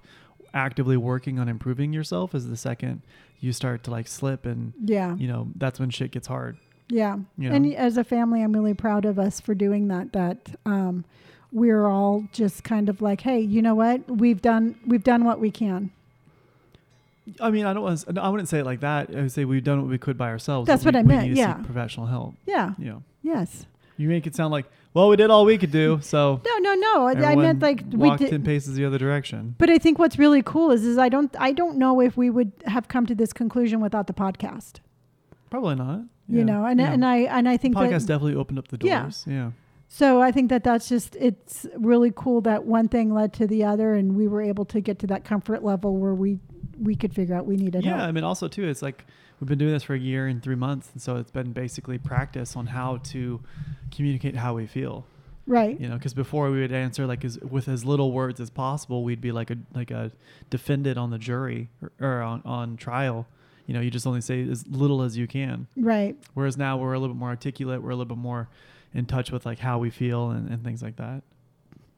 Speaker 1: actively working on improving yourself is the second you start to like slip and,
Speaker 3: Yeah,
Speaker 1: you know, that's when shit gets hard.
Speaker 3: yeah.
Speaker 1: You know?
Speaker 3: And as a family, I'm really proud of us for doing that. That um, we're all just kind of like, hey, you know what? We've done we've done what we can.
Speaker 1: I mean, I don't want to, I wouldn't say it like that. I would say we've done what we could by ourselves.
Speaker 3: That's
Speaker 1: but
Speaker 3: what
Speaker 1: we- we
Speaker 3: I meant,
Speaker 1: need to seek
Speaker 3: yeah.
Speaker 1: Professional help.
Speaker 3: Yeah.
Speaker 1: You know,
Speaker 3: Yes.
Speaker 1: you make it sound like, well, we did all we could
Speaker 3: [LAUGHS]
Speaker 1: do. So
Speaker 3: No. No. No. I- I
Speaker 1: everyone
Speaker 3: meant like we
Speaker 1: walked
Speaker 3: did.
Speaker 1: ten paces the other direction.
Speaker 3: But I think what's really cool is is I don't I don't know if we would have come to this conclusion without the podcast.
Speaker 1: Probably not.
Speaker 3: You know, and and I and I think
Speaker 1: podcast
Speaker 3: that
Speaker 1: definitely opened up the
Speaker 3: Yeah.
Speaker 1: doors. Yeah.
Speaker 3: so I think that that's just it's really cool that one thing led to the other and we were able to get to that comfort level where we we could figure out we
Speaker 1: Yeah.
Speaker 3: needed
Speaker 1: I
Speaker 3: help.
Speaker 1: mean, also too, it's like we've been doing this for a year and three months, and so it's been basically practice on how to communicate how we feel.
Speaker 3: Right.
Speaker 1: You know, because before we would answer like as, with as little words as possible, we'd be like a like a defendant on the jury or, or on, on trial. You know, you just only say as little as you can.
Speaker 3: Right.
Speaker 1: Whereas now we're a little bit more articulate, we're a little bit more in touch with like how we feel and, and things like that.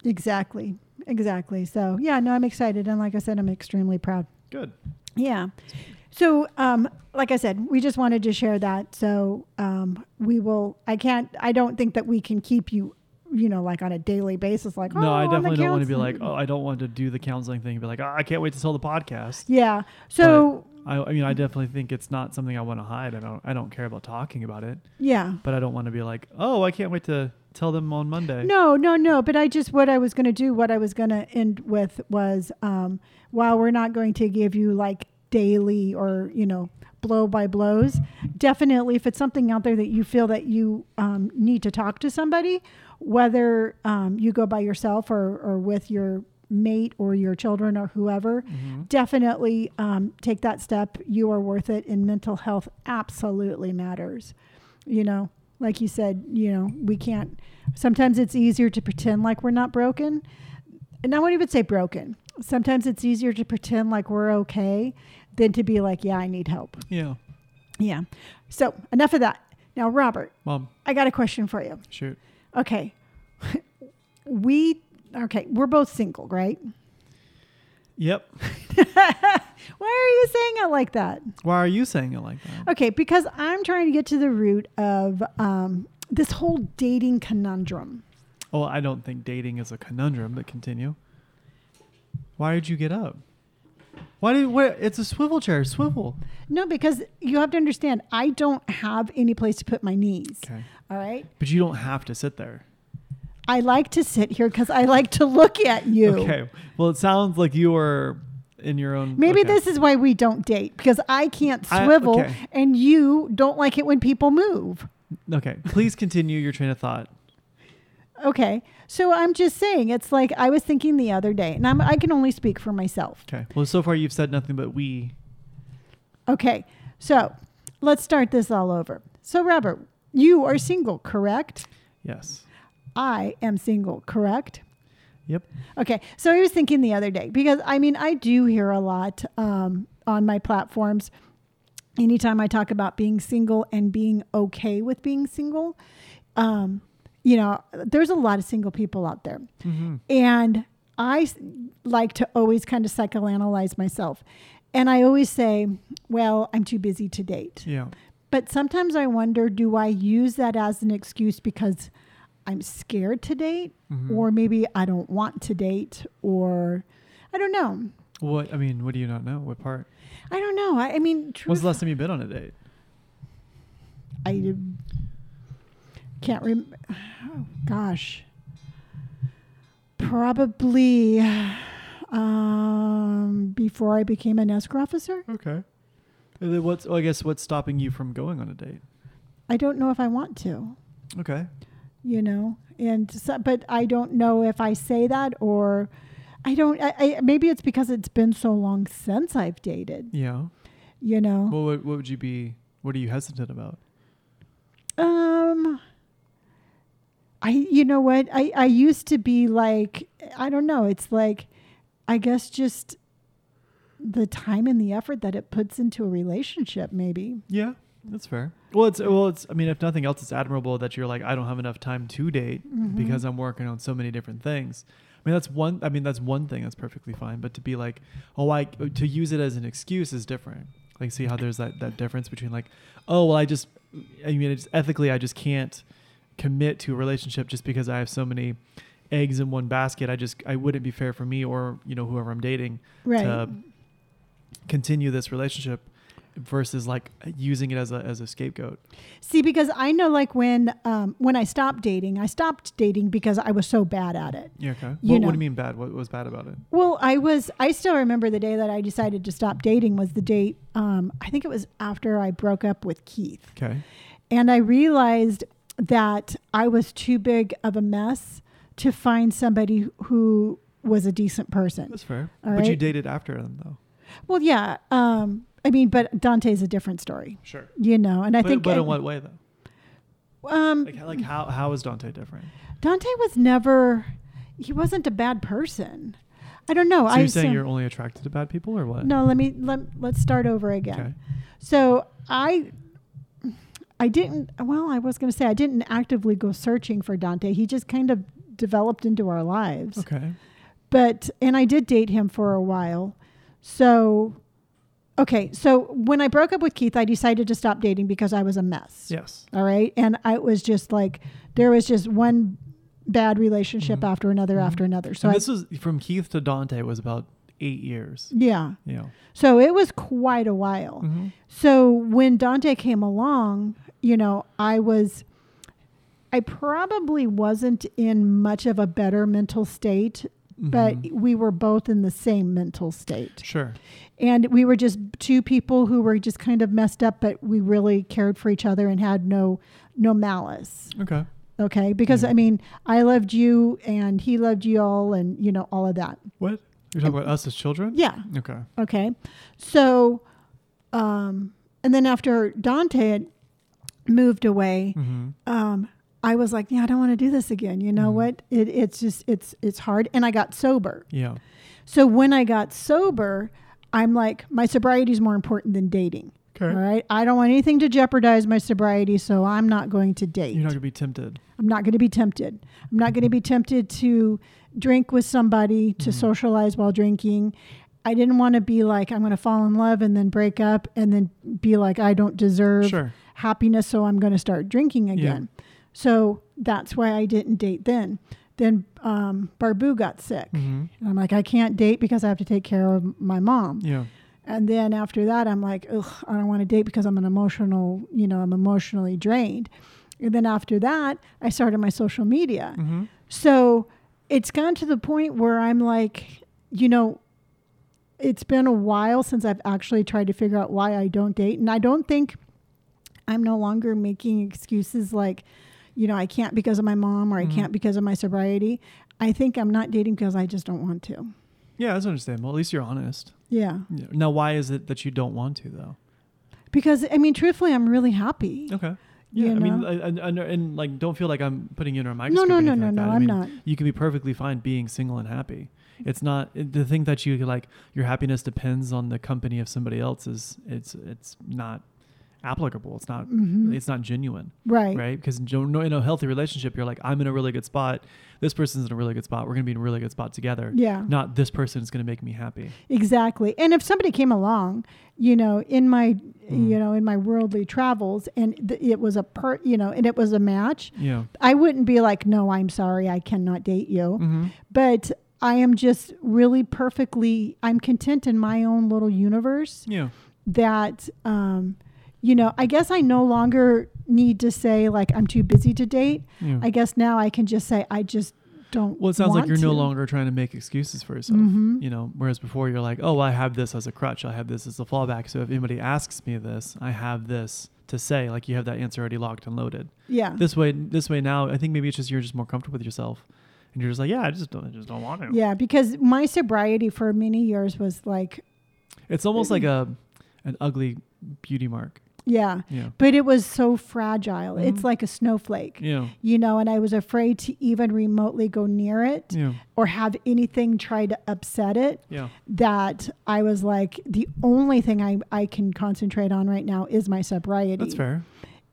Speaker 3: Exactly. Exactly. So yeah, no, I'm excited and like I said, I'm extremely proud.
Speaker 1: Good.
Speaker 3: Yeah. So, um, like I said, we just wanted to share that. So, um, we will. I can't. I don't think that we can keep you, you know, like on a daily basis. Like,
Speaker 1: no,
Speaker 3: oh,
Speaker 1: I
Speaker 3: I'm a
Speaker 1: definitely don't want to be
Speaker 3: counselor."
Speaker 1: like, oh, I don't want to do the counseling thing and be like, oh, I can't wait to tell the podcast.
Speaker 3: Yeah. So,
Speaker 1: I, I mean, I definitely think it's not something I want to hide. I don't, I don't care about talking about it,
Speaker 3: yeah.
Speaker 1: but I don't want to be like, oh, I can't wait to tell them on Monday.
Speaker 3: No, no, no. But I just what I was going to do, what I was going to end with was, um, while we're not going to give you like daily or you know blow by blows. Definitely, if it's something out there that you feel that you um, need to talk to somebody, whether um, you go by yourself or, or with your mate or your children or whoever,
Speaker 1: Mm-hmm.
Speaker 3: definitely um, take that step. You are worth it, and mental health absolutely matters. You know, like you said, you know, we can't. Sometimes it's easier to pretend like we're not broken and I won't even say broken. Sometimes it's easier to pretend like we're okay than to be like, yeah, I need help.
Speaker 1: Yeah.
Speaker 3: Yeah. So enough of that. Now, Robert,
Speaker 1: Mom,
Speaker 3: I got a question for you.
Speaker 1: shoot.
Speaker 3: Okay. [LAUGHS] we, okay, we're both single, right? [LAUGHS]
Speaker 1: Yep.
Speaker 3: Why are you saying it like that?
Speaker 1: Why are you saying it like that?
Speaker 3: Okay, because I'm trying to get to the root of um, this whole dating conundrum.
Speaker 1: Oh, I don't think dating is a conundrum, but continue. Why did you get up? Why did what it's a swivel chair, swivel.
Speaker 3: No, because you have to understand, I don't have any place to put my knees.
Speaker 1: Okay.
Speaker 3: All right.
Speaker 1: But you don't have to sit there.
Speaker 3: I like to sit here because I like to look at you.
Speaker 1: Okay. Well, it sounds like you are in your own
Speaker 3: Maybe
Speaker 1: okay.
Speaker 3: this is why we don't date because I can't
Speaker 1: I-
Speaker 3: swivel
Speaker 1: okay.
Speaker 3: and you don't like it when people move.
Speaker 1: Okay. Please continue your train of thought.
Speaker 3: Okay. So I'm just saying, it's like I was thinking the other day, and I'm, I can only speak for myself.
Speaker 1: Okay. Well, so far you've said nothing but we.
Speaker 3: Okay. So let's start this all over. So, Robert, you are single, correct?
Speaker 1: Yes.
Speaker 3: I am single, correct?
Speaker 1: Yep.
Speaker 3: Okay, so I was thinking the other day because I mean I do hear a lot um, on my platforms. Anytime I talk about being single and being okay with being single, um, you know, there's a lot of single people out there,
Speaker 1: Mm-hmm.
Speaker 3: and I s- like to always kind of psychoanalyze myself, and I always say, "Well, I'm too busy to date."
Speaker 1: Yeah.
Speaker 3: But sometimes I wonder do I use that as an excuse because I'm scared to date,
Speaker 1: Mm-hmm.
Speaker 3: or maybe I don't want to date, or I don't know.
Speaker 1: What I mean, what do you not know? What part?
Speaker 3: I don't know. I, I mean,
Speaker 1: When's the
Speaker 3: truth,
Speaker 1: last time you've been on a date?
Speaker 3: I can't remember. Oh, [SIGHS] gosh. Probably [SIGHS] um, before I became an escrow officer.
Speaker 1: Okay. What's oh, I guess what's stopping you from going on a date?
Speaker 3: I don't know if I want to.
Speaker 1: Okay.
Speaker 3: you know and so, but i don't know if i say that or i don't I, I, maybe it's because it's been so long since i've dated
Speaker 1: Yeah.
Speaker 3: you know
Speaker 1: Well, what, what would you be? What are you hesitant about?
Speaker 3: um i you know what i i used to be like i don't know it's like i guess just the time and the effort that it puts into a relationship maybe
Speaker 1: Yeah, that's fair. Well, it's well, it's. I mean, if nothing else, it's admirable that you're like, I don't have enough time to date because I'm working on so many different things. I mean, that's one. I mean, that's one thing that's perfectly fine. But to be like, oh, I to use it as an excuse is different. Like, see how there's that that difference between like, oh, well, I just. I mean, it's ethically, I just can't commit to a relationship just because I have so many eggs in one basket. I just I wouldn't be fair for me or you know whoever I'm dating
Speaker 3: right
Speaker 1: to continue this relationship versus like using it as a as a scapegoat.
Speaker 3: See, because I know, like when um, when I stopped dating, I stopped dating because I was so bad at it.
Speaker 1: Yeah, okay.
Speaker 3: You
Speaker 1: what,
Speaker 3: know.
Speaker 1: what do you mean bad? What was bad about it?
Speaker 3: Well, I was. I still remember the day that I decided to stop dating was the date. Um, I think it was after I broke up with Keith,
Speaker 1: Okay.
Speaker 3: and I realized that I was too big of a mess to find somebody who was a decent person.
Speaker 1: That's fair.
Speaker 3: All
Speaker 1: but you
Speaker 3: right.
Speaker 1: dated after them though.
Speaker 3: Well, yeah. Um, I mean, but Dante's a different story,
Speaker 1: Sure.
Speaker 3: you know. And I
Speaker 1: but
Speaker 3: think,
Speaker 1: but in what way though?
Speaker 3: um,
Speaker 1: Like like how how is Dante different?
Speaker 3: Dante was never. He wasn't a bad person. I don't know.
Speaker 1: So
Speaker 3: Oh, I
Speaker 1: you're saying
Speaker 3: assume-
Speaker 1: you're only attracted to bad people or what?
Speaker 3: No, let me let let's start over again.
Speaker 1: Okay.
Speaker 3: So I I didn't well, I was going to say I didn't actively go searching for Dante. He just kind of developed into our lives.
Speaker 1: Okay.
Speaker 3: But and I did date him for a while. So okay, so when I broke up with Keith, I decided to stop dating because I was a mess.
Speaker 1: Yes.
Speaker 3: All right? And I was just like there was just one bad relationship
Speaker 1: Mhm.
Speaker 3: after another after another. So
Speaker 1: and
Speaker 3: I,
Speaker 1: this was from Keith to Dante was about eight years.
Speaker 3: yeah.
Speaker 1: You know.
Speaker 3: So it was quite a while.
Speaker 1: Mhm.
Speaker 3: So when Dante came along, you know, I was, I probably wasn't in much of a better mental state
Speaker 1: Mm-hmm.
Speaker 3: but we were both in the same mental state.
Speaker 1: Sure.
Speaker 3: And we were just two people who were just kind of messed up, but we really cared for each other and had no no malice.
Speaker 1: Okay.
Speaker 3: Okay? Because
Speaker 1: Yeah.
Speaker 3: I mean, I loved you and he loved you all and you know all of that.
Speaker 1: What? You're talking about us as children?
Speaker 3: Yeah.
Speaker 1: Okay.
Speaker 3: Okay. So, um, and then after Dante had moved away,
Speaker 1: Mm-hmm.
Speaker 3: um, I was like, yeah, I don't want to do this again. You know
Speaker 1: Mhm.
Speaker 3: what? It, it's just, it's, it's hard. And I got sober.
Speaker 1: Yeah.
Speaker 3: So when I got sober, I'm like, my sobriety is more important than dating.
Speaker 1: Okay.
Speaker 3: All right. I don't want anything to jeopardize my sobriety. So I'm not going to date.
Speaker 1: You're not gonna be tempted.
Speaker 3: I'm not going to be tempted. I'm not going to be tempted to drink with somebody, to
Speaker 1: Mm-hmm.
Speaker 3: socialize while drinking. I didn't want to be like, I'm going to fall in love and then break up and then be like, I don't deserve
Speaker 1: Sure.
Speaker 3: happiness, so I'm going to start drinking
Speaker 1: Yeah.
Speaker 3: again. So that's why I didn't date then. Then um, Barbu got sick.
Speaker 1: Mm-hmm.
Speaker 3: And I'm like, I can't date because I have to take care of my mom.
Speaker 1: Yeah.
Speaker 3: And then after that, I'm like, ugh, I don't want to date because I'm an emotional, you know, I'm emotionally drained. And then after that, I started my social media.
Speaker 1: Mm-hmm.
Speaker 3: So it's gone to the point where I'm like, you know, it's been a while since I've actually tried to figure out why I don't date. And I don't think I'm no longer making excuses like, you know, I can't because of my mom or I
Speaker 1: Mhm.
Speaker 3: can't because of my sobriety. I think I'm not dating because I just don't want to.
Speaker 1: Yeah, that's understandable. At least you're honest.
Speaker 3: Yeah.
Speaker 1: Yeah. Now, why is it that you don't want to though?
Speaker 3: Because I mean, truthfully, I'm really happy.
Speaker 1: Okay. Yeah,
Speaker 3: You
Speaker 1: I mean,
Speaker 3: know?
Speaker 1: I, I, I, know- and like, don't feel like I'm putting you under a
Speaker 3: no,
Speaker 1: microscope.
Speaker 3: no,
Speaker 1: or
Speaker 3: no,
Speaker 1: anything
Speaker 3: no,
Speaker 1: like
Speaker 3: no.
Speaker 1: that. I
Speaker 3: I'm
Speaker 1: mean,
Speaker 3: not.
Speaker 1: You can be perfectly fine being single and happy. It's not it- the thing that you like. Your happiness depends on the company of somebody else. Is it's it's not applicable. It's not
Speaker 3: Mhm.
Speaker 1: it's not genuine,
Speaker 3: Right.
Speaker 1: right? Because in a healthy relationship, you're like, I'm in a really good spot. This person's in a really good spot. We're gonna be in a really good spot together.
Speaker 3: Yeah.
Speaker 1: Not this person is gonna make me happy.
Speaker 3: Exactly. And if somebody came along, you know, in my,
Speaker 1: Mhm.
Speaker 3: you know, in my worldly travels, and th- it was a per, you know, and it was a match,
Speaker 1: Yeah.
Speaker 3: I wouldn't be like, no, I'm sorry, I cannot date you. [LAUGHS]
Speaker 1: Mm-hmm.
Speaker 3: But I am just really perfectly, I'm content in my own little universe
Speaker 1: Yeah.
Speaker 3: that, um, you know, I guess I no longer need to say like I'm too busy to date.
Speaker 1: Yeah.
Speaker 3: I guess now I can just say I just don't.
Speaker 1: Mm. Well, it sounds like
Speaker 3: want
Speaker 1: you're no
Speaker 3: to.
Speaker 1: longer trying to make excuses for yourself.
Speaker 3: Mhm.
Speaker 1: You know, whereas before you're like, oh, I have this as a crutch. I have this as a fallback. So if anybody asks me this, I have this to say. Like you have that answer already locked and loaded.
Speaker 3: Yeah.
Speaker 1: This way, this way now, I think maybe it's just you're just more comfortable with yourself, and you're just like, yeah, I just don't, I just don't want to.
Speaker 3: Yeah, because my sobriety for many years was like,
Speaker 1: It's almost like a an ugly beauty mark.
Speaker 3: yeah,
Speaker 1: Yeah.
Speaker 3: but it was so fragile.
Speaker 1: Mhm.
Speaker 3: It's like a snowflake,
Speaker 1: Yeah.
Speaker 3: you know, and I was afraid to even remotely go near it
Speaker 1: Yeah.
Speaker 3: or have anything try to upset it.
Speaker 1: Yeah.
Speaker 3: That I was like, the only thing I, I can concentrate on right now is my sobriety.
Speaker 1: That's fair.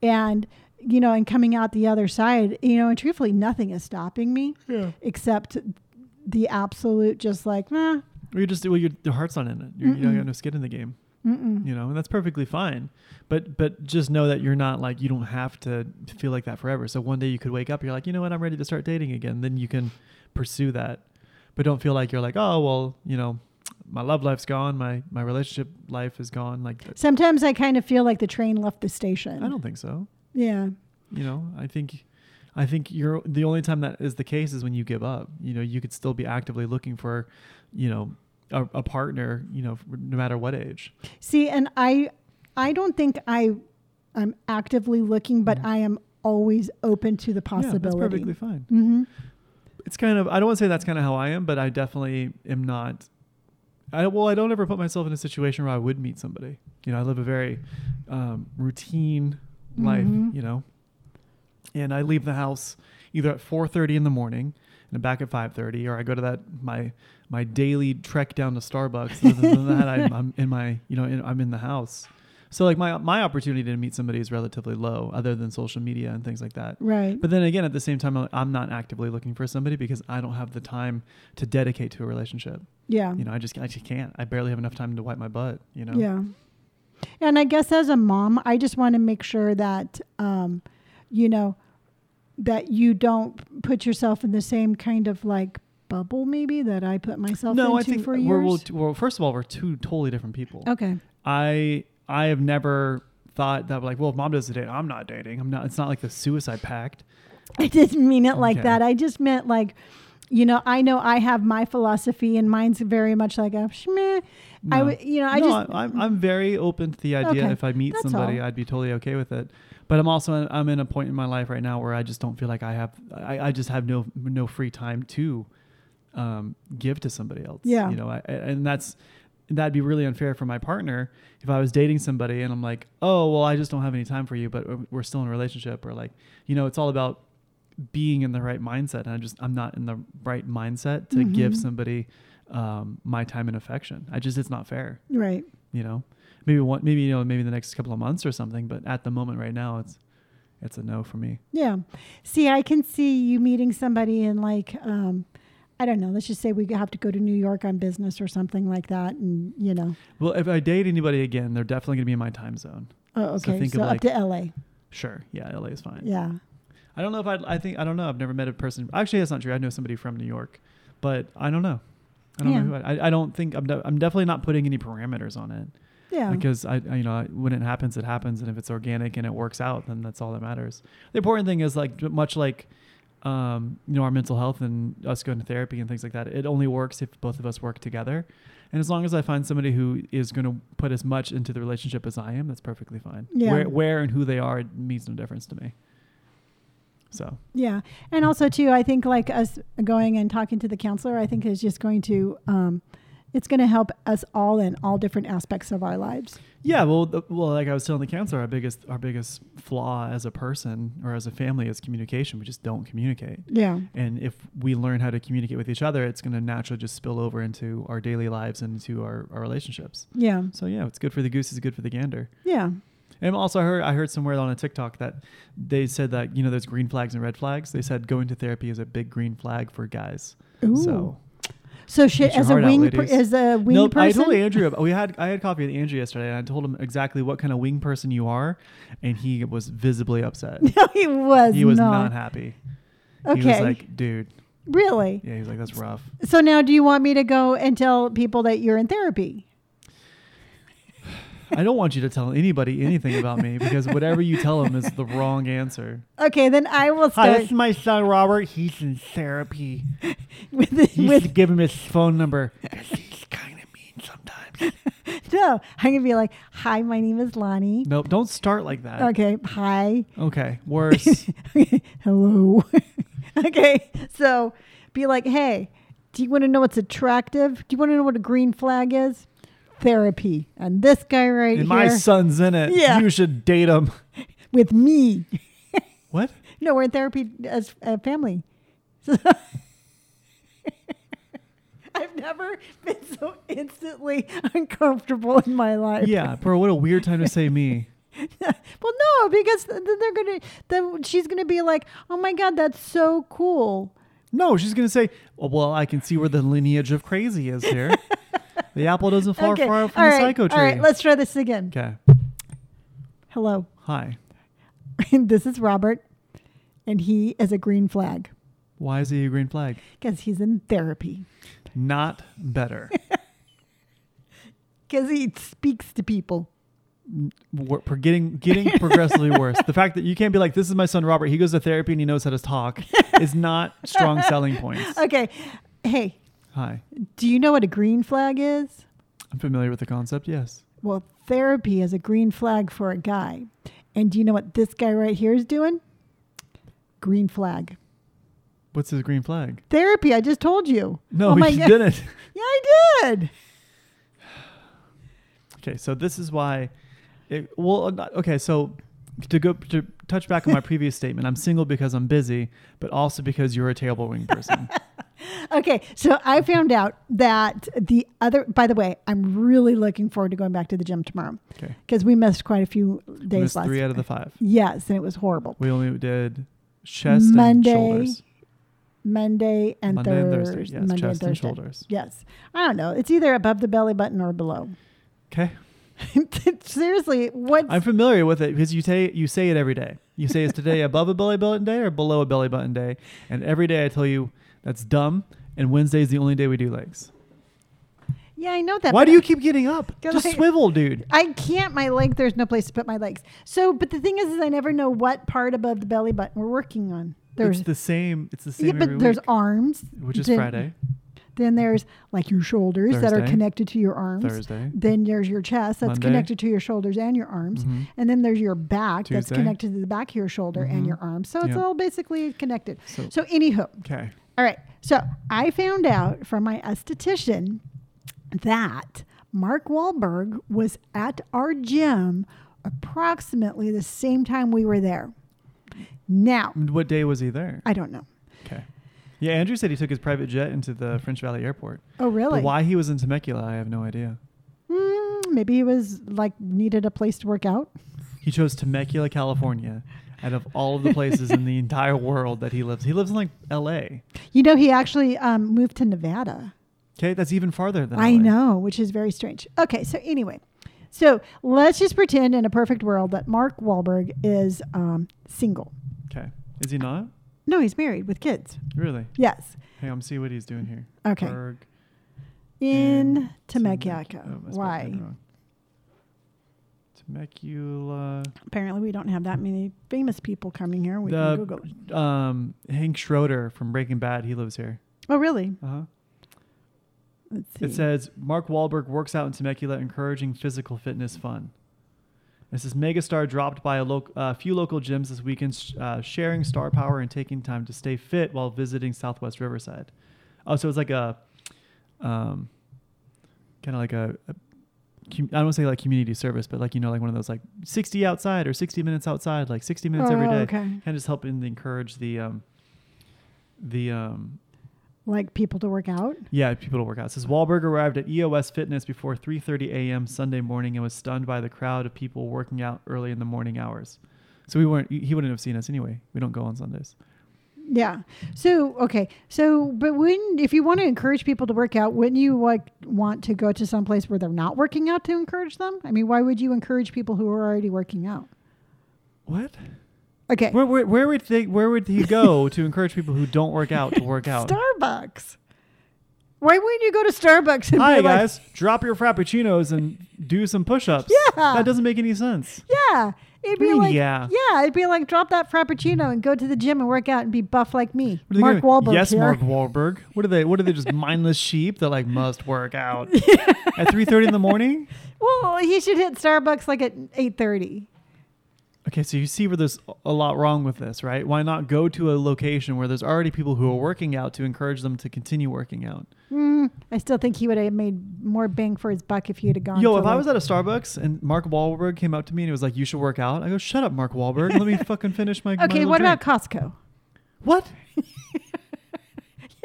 Speaker 3: And, you know, and coming out the other side, you know, and truthfully, nothing is stopping me
Speaker 1: Yeah.
Speaker 3: except the absolute, just like, nah,
Speaker 1: Or you just well, your, your heart's not in it. You're, you don't
Speaker 3: Mm-mm.
Speaker 1: got no skin in the game.
Speaker 3: mm-mm.
Speaker 1: you know and that's perfectly fine but but just know that you're not like you don't have to feel like that forever so one day you could wake up you're like you know what i'm ready to start dating again then you can pursue that but don't feel like you're like oh well you know my love life's gone my my relationship life is gone like th-
Speaker 3: Sometimes I kind of feel like the train left the station.
Speaker 1: i don't think so
Speaker 3: Yeah.
Speaker 1: you know i think i think you're the only time that is the case is when you give up you know you could still be actively looking for you know a, a partner you know no matter what age
Speaker 3: See, and I I don't think I I'm actively looking, but
Speaker 1: Mhm.
Speaker 3: I am always open to the
Speaker 1: yeah, that's
Speaker 3: possibility.
Speaker 1: perfectly fine
Speaker 3: hmm
Speaker 1: it's kind of I don't want to say that's kind of how I am, but I definitely am not. I well, I don't ever put myself in a situation where I would meet somebody. You know, I live a very um, routine life.
Speaker 3: Mhm.
Speaker 1: You know, and I leave the house either at four thirty in the morning and I'm back at five thirty, or I go to that my my daily trek down to Starbucks. And other than that, I'm, I'm in my you know in, I'm in the house. So like my my opportunity to meet somebody is relatively low, other than social media and things like that.
Speaker 3: Right.
Speaker 1: But then again, at the same time, I'm- I'm not actively looking for somebody because I don't have the time to dedicate to a relationship.
Speaker 3: yeah.
Speaker 1: You know, I just I just can't. I barely have enough time to wipe my butt. You know.
Speaker 3: Yeah. And I guess as a mom, I just want to make sure that um, you know, that you don't put yourself in the same kind of like bubble maybe that I put myself
Speaker 1: No,
Speaker 3: into
Speaker 1: I think
Speaker 3: for
Speaker 1: we're,
Speaker 3: years.
Speaker 1: we're t- well. First of all, we're two totally different people.
Speaker 3: okay.
Speaker 1: I I have never thought that like, well, if mom doesn't date, I'm not dating. I'm not. It's not like the suicide pact.
Speaker 3: I didn't mean it like
Speaker 1: Okay.
Speaker 3: that. I just meant like you know, I know I have my philosophy, and mine's very much like a shmeh. I
Speaker 1: No.
Speaker 3: would, you know, I
Speaker 1: no,
Speaker 3: just
Speaker 1: I, am I'm very open to the idea.
Speaker 3: Okay,
Speaker 1: If I meet
Speaker 3: that's
Speaker 1: somebody,
Speaker 3: all.
Speaker 1: I'd be totally okay with it. But I'm also I'm in a point in my life right now where I just don't feel like I have I, I just have no no free time to um, give to somebody else.
Speaker 3: Yeah.
Speaker 1: you know, I, and that's that'd be really unfair for my partner if I was dating somebody and I'm like, oh well, I just don't have any time for you, but we're still in a relationship, or like, you know, it's all about being in the right mindset, and I just I'm not in the right mindset to
Speaker 3: Mm-hmm.
Speaker 1: give somebody um, my time and affection. I just it's not fair
Speaker 3: right.
Speaker 1: you know maybe one maybe you know maybe the next couple of months or something but at the moment right now it's it's a no for me
Speaker 3: Yeah. See, I can see you meeting somebody in like, um, I don't know, let's just say we have to go to New York on business or something like that. And, you know,
Speaker 1: well if i date anybody again they're definitely going to be in my time zone
Speaker 3: oh,
Speaker 1: Uh, So
Speaker 3: okay. So,
Speaker 1: think of
Speaker 3: up
Speaker 1: like-
Speaker 3: to LA.
Speaker 1: sure yeah la is fine
Speaker 3: Yeah.
Speaker 1: i don't know if i i think i don't know i've never met a person actually that's not true i know somebody from new york but i don't know i don't
Speaker 3: Yeah.
Speaker 1: know who I, I- I don't think I'm, de- I'm definitely not putting any parameters on it
Speaker 3: Yeah.
Speaker 1: because I, I you know when it happens it happens and if it's organic and it works out then that's all that matters the important thing is like much like um, you know our mental health and us going to therapy and things like that it only works if both of us work together and as long as i find somebody who is going to put as much into the relationship as i am that's perfectly fine
Speaker 3: Yeah.
Speaker 1: where, where and who they are it means no difference to me so
Speaker 3: Yeah. And also, too, I think like us going and talking to the counselor, I think is just going to, um, it's going to help us all in all different aspects of our lives.
Speaker 1: Yeah, well, the, well, like I was telling the counselor, our biggest our biggest flaw as a person or as a family is communication. We just don't communicate.
Speaker 3: Yeah.
Speaker 1: And if we learn how to communicate with each other, it's going to naturally just spill over into our daily lives and into our, our relationships.
Speaker 3: Yeah.
Speaker 1: So yeah, it's good for the goose. It's good for the gander.
Speaker 3: Yeah.
Speaker 1: And also, I heard I heard somewhere on a TikTok that they said that you know there's green flags and red flags. They said going to therapy is a big green flag for guys.
Speaker 3: Ooh.
Speaker 1: So
Speaker 3: So, she,
Speaker 1: Get your
Speaker 3: as a
Speaker 1: heart out,
Speaker 3: wing, per,
Speaker 1: ladies.
Speaker 3: as a wing
Speaker 1: nope, I
Speaker 3: person,
Speaker 1: told
Speaker 3: [LAUGHS]
Speaker 1: Andrew. About, we had I had coffee with Andrew yesterday, and I told him exactly what kind of wing person you are, and he was visibly upset.
Speaker 3: no, [LAUGHS] he was.
Speaker 1: he was
Speaker 3: not.
Speaker 1: not happy. He was
Speaker 3: Okay.
Speaker 1: like, dude.
Speaker 3: really.
Speaker 1: Yeah, he was like, that's rough.
Speaker 3: So now, do you want me to go and tell people that you're in therapy?
Speaker 1: I don't want you to tell anybody anything about me because whatever you tell them is the wrong answer.
Speaker 3: Okay, then I will
Speaker 2: Hi,
Speaker 3: start
Speaker 2: this is my son Robert. He's in therapy.
Speaker 3: [LAUGHS] with, the-
Speaker 2: You
Speaker 3: with
Speaker 2: should give him his
Speaker 3: [LAUGHS]
Speaker 2: phone number. 'Cause he's kind of mean sometimes.
Speaker 3: no. I'm gonna be like, "Hi, my name is Lonnie."
Speaker 1: Nope, don't start like that. Okay,
Speaker 3: Okay, hi, [LAUGHS]
Speaker 1: worse.
Speaker 3: hello. [LAUGHS] okay, so be like, "Hey, do you want to know what's attractive? Do you want to know what a green flag is? Therapy." And this guy right
Speaker 1: and
Speaker 3: here
Speaker 1: my son's in it.
Speaker 3: Yeah.
Speaker 1: You should date him.
Speaker 3: with me. [LAUGHS]
Speaker 1: What?
Speaker 3: No, we're in therapy as a family. [LAUGHS] I've never been so instantly uncomfortable in my life.
Speaker 1: Yeah, bro, what a weird time to say me.
Speaker 3: [LAUGHS] well, no, because th- then they're gonna. Then she's gonna be like, "Oh my god, that's so cool."
Speaker 1: No, she's going to say, "Oh, well, I can see where the lineage of crazy is here. the apple doesn't fall far from
Speaker 3: all
Speaker 1: the
Speaker 3: right,
Speaker 1: psycho tree.
Speaker 3: All right, let's try this again.
Speaker 1: okay.
Speaker 3: Hello, [LAUGHS]
Speaker 1: Hi.
Speaker 3: this is Robert, and he is a green flag
Speaker 1: Why is he a green flag?
Speaker 3: because he's in therapy
Speaker 1: Not better.
Speaker 3: because he speaks to people.
Speaker 1: wor- pro- getting
Speaker 3: [LAUGHS]
Speaker 1: getting progressively worse. The fact that you can't be like, "This is my son Robert. He goes to therapy and he knows how to talk," is not
Speaker 3: [LAUGHS]
Speaker 1: strong selling points.
Speaker 3: Okay, hey,
Speaker 1: Hi,
Speaker 3: do you know what a green flag is?
Speaker 1: I'm familiar with the concept. Yes,
Speaker 3: Well, therapy is a green flag for a guy. And do you know what this guy right here is doing? Green flag.
Speaker 1: what's his green flag?
Speaker 3: Therapy, I just told you.
Speaker 1: No,
Speaker 3: Oh
Speaker 1: [LAUGHS]
Speaker 3: my
Speaker 1: he
Speaker 3: God.
Speaker 1: didn't.
Speaker 3: Yeah, I did.
Speaker 1: Okay, so this is why. It, well, uh, not- okay, so to go to touch back on my
Speaker 3: [LAUGHS]
Speaker 1: previous statement, I'm single because I'm busy, but also because you're a table wing
Speaker 3: [LAUGHS]
Speaker 1: person.
Speaker 3: Okay, so I found out that the other, by the way, I'm really looking forward to going back to the gym tomorrow
Speaker 1: Okay,
Speaker 3: because we missed quite a few days
Speaker 1: missed
Speaker 3: last
Speaker 1: three out of the five.
Speaker 3: Yes, and it was horrible.
Speaker 1: We only did chest
Speaker 3: Monday,
Speaker 1: and shoulders.
Speaker 3: Monday and
Speaker 1: Monday and Thursday,
Speaker 3: Thurs-
Speaker 1: yes,
Speaker 3: Monday
Speaker 1: chest and
Speaker 3: Thursday.
Speaker 1: shoulders.
Speaker 3: Yes. I don't know. It's either above the belly button or below. [LAUGHS]
Speaker 1: Okay.
Speaker 3: Seriously, what's
Speaker 1: I'm familiar with it because you say you say it every day. You say it's today above a belly button day or below a belly button day, and every day I tell you that's dumb. And Wednesday's the only day we do legs.
Speaker 3: Yeah, I know that.
Speaker 1: Why
Speaker 3: but
Speaker 1: do you keep getting
Speaker 3: [LAUGHS]
Speaker 1: up?
Speaker 3: 'Cause
Speaker 1: Just
Speaker 3: I-
Speaker 1: swivel, dude.
Speaker 3: I can't. My leg. There's no place to put my legs. So, but the thing is, is I never know what part above the belly button we're working on. There's
Speaker 1: it's the same. It's the same.
Speaker 3: yeah, but
Speaker 1: every
Speaker 3: there's
Speaker 1: week,
Speaker 3: arms,
Speaker 1: which is
Speaker 3: then-
Speaker 1: Friday,
Speaker 3: Then there's like your shoulders that are
Speaker 1: Thursday.
Speaker 3: connected to your arms.
Speaker 1: Thursday,
Speaker 3: Then there's your chest that's
Speaker 1: Monday.
Speaker 3: connected to your shoulders and your arms.
Speaker 1: Mhm.
Speaker 3: And then there's your back that's
Speaker 1: Tuesday.
Speaker 3: connected to the back of your shoulder and
Speaker 1: Mhm.
Speaker 3: your arm. So it's
Speaker 1: Yeah.
Speaker 3: all basically connected.
Speaker 1: So-
Speaker 3: So, anywho,
Speaker 1: Okay.
Speaker 3: all right. So I found out from my esthetician that Mark Wahlberg was at our gym approximately the same time we were there. Now,
Speaker 1: And What day was he there?
Speaker 3: I don't know.
Speaker 1: Okay. Yeah, Andrew said he took his private jet into the French Valley Airport.
Speaker 3: Oh, really?
Speaker 1: But why he was in Temecula, I have no idea.
Speaker 3: Mm, maybe he was like needed a place to work out.
Speaker 1: He chose Temecula, California, out of all of the places in the [LAUGHS] entire world that he lives. He lives in like L.A.
Speaker 3: You know, he actually um, moved to Nevada.
Speaker 1: Okay, that's even farther than
Speaker 3: I
Speaker 1: LA.
Speaker 3: know, which is very strange. Okay, so anyway, so let's just pretend in a perfect world that Mark Wahlberg is um, single.
Speaker 1: Okay, is he not
Speaker 3: No, he's married with kids.
Speaker 1: really?
Speaker 3: Yes,
Speaker 1: Hey, I'm see what he's doing here.
Speaker 3: Okay.
Speaker 1: Berg,
Speaker 3: in
Speaker 1: and
Speaker 3: Temecula.
Speaker 1: Temec- oh, I spelled
Speaker 3: Why?
Speaker 1: that wrong. Temecula.
Speaker 3: Apparently, we don't have that many famous people coming here. Oh, We
Speaker 1: The-
Speaker 3: can Google. it.
Speaker 1: Um, Hank Schroeder from Breaking Bad. He lives here.
Speaker 3: Oh, really?
Speaker 1: Uh huh.
Speaker 3: Let's see.
Speaker 1: It says Mark Wahlberg works out in Temecula, encouraging physical fitness fun. This is megastar dropped by a loc uh, few local gyms this weekend, sh- uh, sharing star power and taking time to stay fit while visiting Southwest Riverside. Oh, so it's like a, um, kind of like a, a com- I don't want to say like community service, but like you know, like one of those like sixty outside or sixty minutes outside, like sixty minutes every
Speaker 3: Oh,
Speaker 1: day,
Speaker 3: okay.
Speaker 1: and just helping encourage the, um, the um,
Speaker 3: like people to work out.
Speaker 1: yeah, people to work out. It says Wahlberg arrived at EOS Fitness before 3:30 a.m. Sunday morning and was stunned by the crowd of people working out early in the morning hours. So we weren't. He wouldn't have seen us anyway. We don't go on Sundays.
Speaker 3: Yeah. So okay. So but wouldn't if you want to encourage people to work out, wouldn't you like want to go to some place where they're not working out to encourage them? I mean, why would you encourage people who are already working out?
Speaker 1: What?
Speaker 3: Okay.
Speaker 1: Where, where, where would they? Where would he
Speaker 3: [LAUGHS]
Speaker 1: go to encourage people who don't work out to work out?
Speaker 3: Starbucks. Why wouldn't you go to Starbucks and
Speaker 1: Hi
Speaker 3: be like,
Speaker 1: guys, drop your frappuccinos and do some push-ups.
Speaker 3: Yeah.
Speaker 1: that doesn't make any sense.
Speaker 3: Yeah. It'd be
Speaker 1: mean,
Speaker 3: like
Speaker 1: yeah.
Speaker 3: yeah. it'd be like drop that frappuccino and go to the gym and work out and be buff like me.
Speaker 1: What are they
Speaker 3: Mark
Speaker 1: gonna-
Speaker 3: Wahlberg.
Speaker 1: Yes,
Speaker 3: here.
Speaker 1: Mark Wahlberg. What are they? What are they? Just mindless sheep that like must work out at 3:30 in the morning.
Speaker 3: [LAUGHS] Well, he should hit Starbucks like at eight thirty.
Speaker 1: Okay, so you see where there's a lot wrong with this, right? Why not go to a location where there's already people who are working out to encourage them to continue working out?
Speaker 3: Mm, I still think he would have made more bang for his buck if you'd have gone.
Speaker 1: Yo,
Speaker 3: to
Speaker 1: if I
Speaker 3: like-
Speaker 1: was at a Starbucks and Mark Wahlberg came up to me and he was like, "You should work out," I go, "Shut up, Mark Wahlberg. Let
Speaker 3: [LAUGHS]
Speaker 1: me fucking finish my." my
Speaker 3: Okay,
Speaker 1: little
Speaker 3: what about
Speaker 1: drink."
Speaker 3: Costco? [LAUGHS]
Speaker 1: what?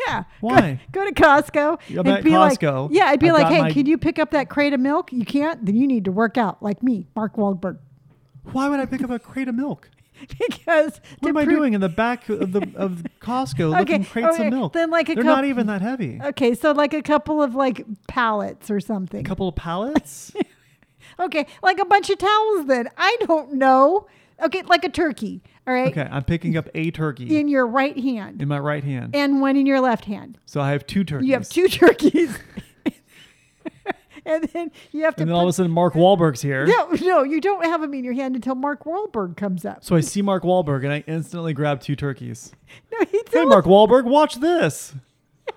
Speaker 3: Yeah.
Speaker 1: Why?
Speaker 3: Go, go to Costco.
Speaker 1: Yeah, I'm
Speaker 3: and
Speaker 1: at
Speaker 3: be
Speaker 1: Costco.
Speaker 3: Like, yeah, I'd be
Speaker 1: I've
Speaker 3: like,
Speaker 1: got
Speaker 3: hey,
Speaker 1: my-
Speaker 3: can you pick up that crate of milk? You can't? Then you need to work out like me, Mark Wahlberg. [LAUGHS]
Speaker 1: Why would I pick up a crate of milk?
Speaker 3: because
Speaker 1: What
Speaker 3: to
Speaker 1: am I
Speaker 3: prove-
Speaker 1: doing in the back of the of
Speaker 3: [LAUGHS]
Speaker 1: Costco looking
Speaker 3: Okay,
Speaker 1: crates
Speaker 3: okay,
Speaker 1: of milk?
Speaker 3: then [LAUGHS] like a
Speaker 1: They're
Speaker 3: cup-
Speaker 1: not even that heavy.
Speaker 3: Okay, so like a couple of like pallets or something.
Speaker 1: A couple of
Speaker 3: [LAUGHS]
Speaker 1: pallets.
Speaker 3: Okay, like a bunch of towels then. I don't know. Okay, like a turkey. All right.
Speaker 1: okay, I'm picking up a turkey
Speaker 3: In your right hand
Speaker 1: in my right hand,
Speaker 3: and one in your left hand.
Speaker 1: so I have two turkeys.
Speaker 3: You have two turkeys. [LAUGHS] and then you have to
Speaker 1: And then all of a
Speaker 3: put-
Speaker 1: sudden,
Speaker 3: [LAUGHS]
Speaker 1: Mark Wahlberg's here.
Speaker 3: No, no, you don't have them in your hand until Mark Wahlberg comes up.
Speaker 1: So I see Mark Wahlberg and I instantly grab two turkeys.
Speaker 3: No,
Speaker 1: [LAUGHS]
Speaker 3: he
Speaker 1: Hey,
Speaker 3: tells,
Speaker 1: Mark Wahlberg, watch this.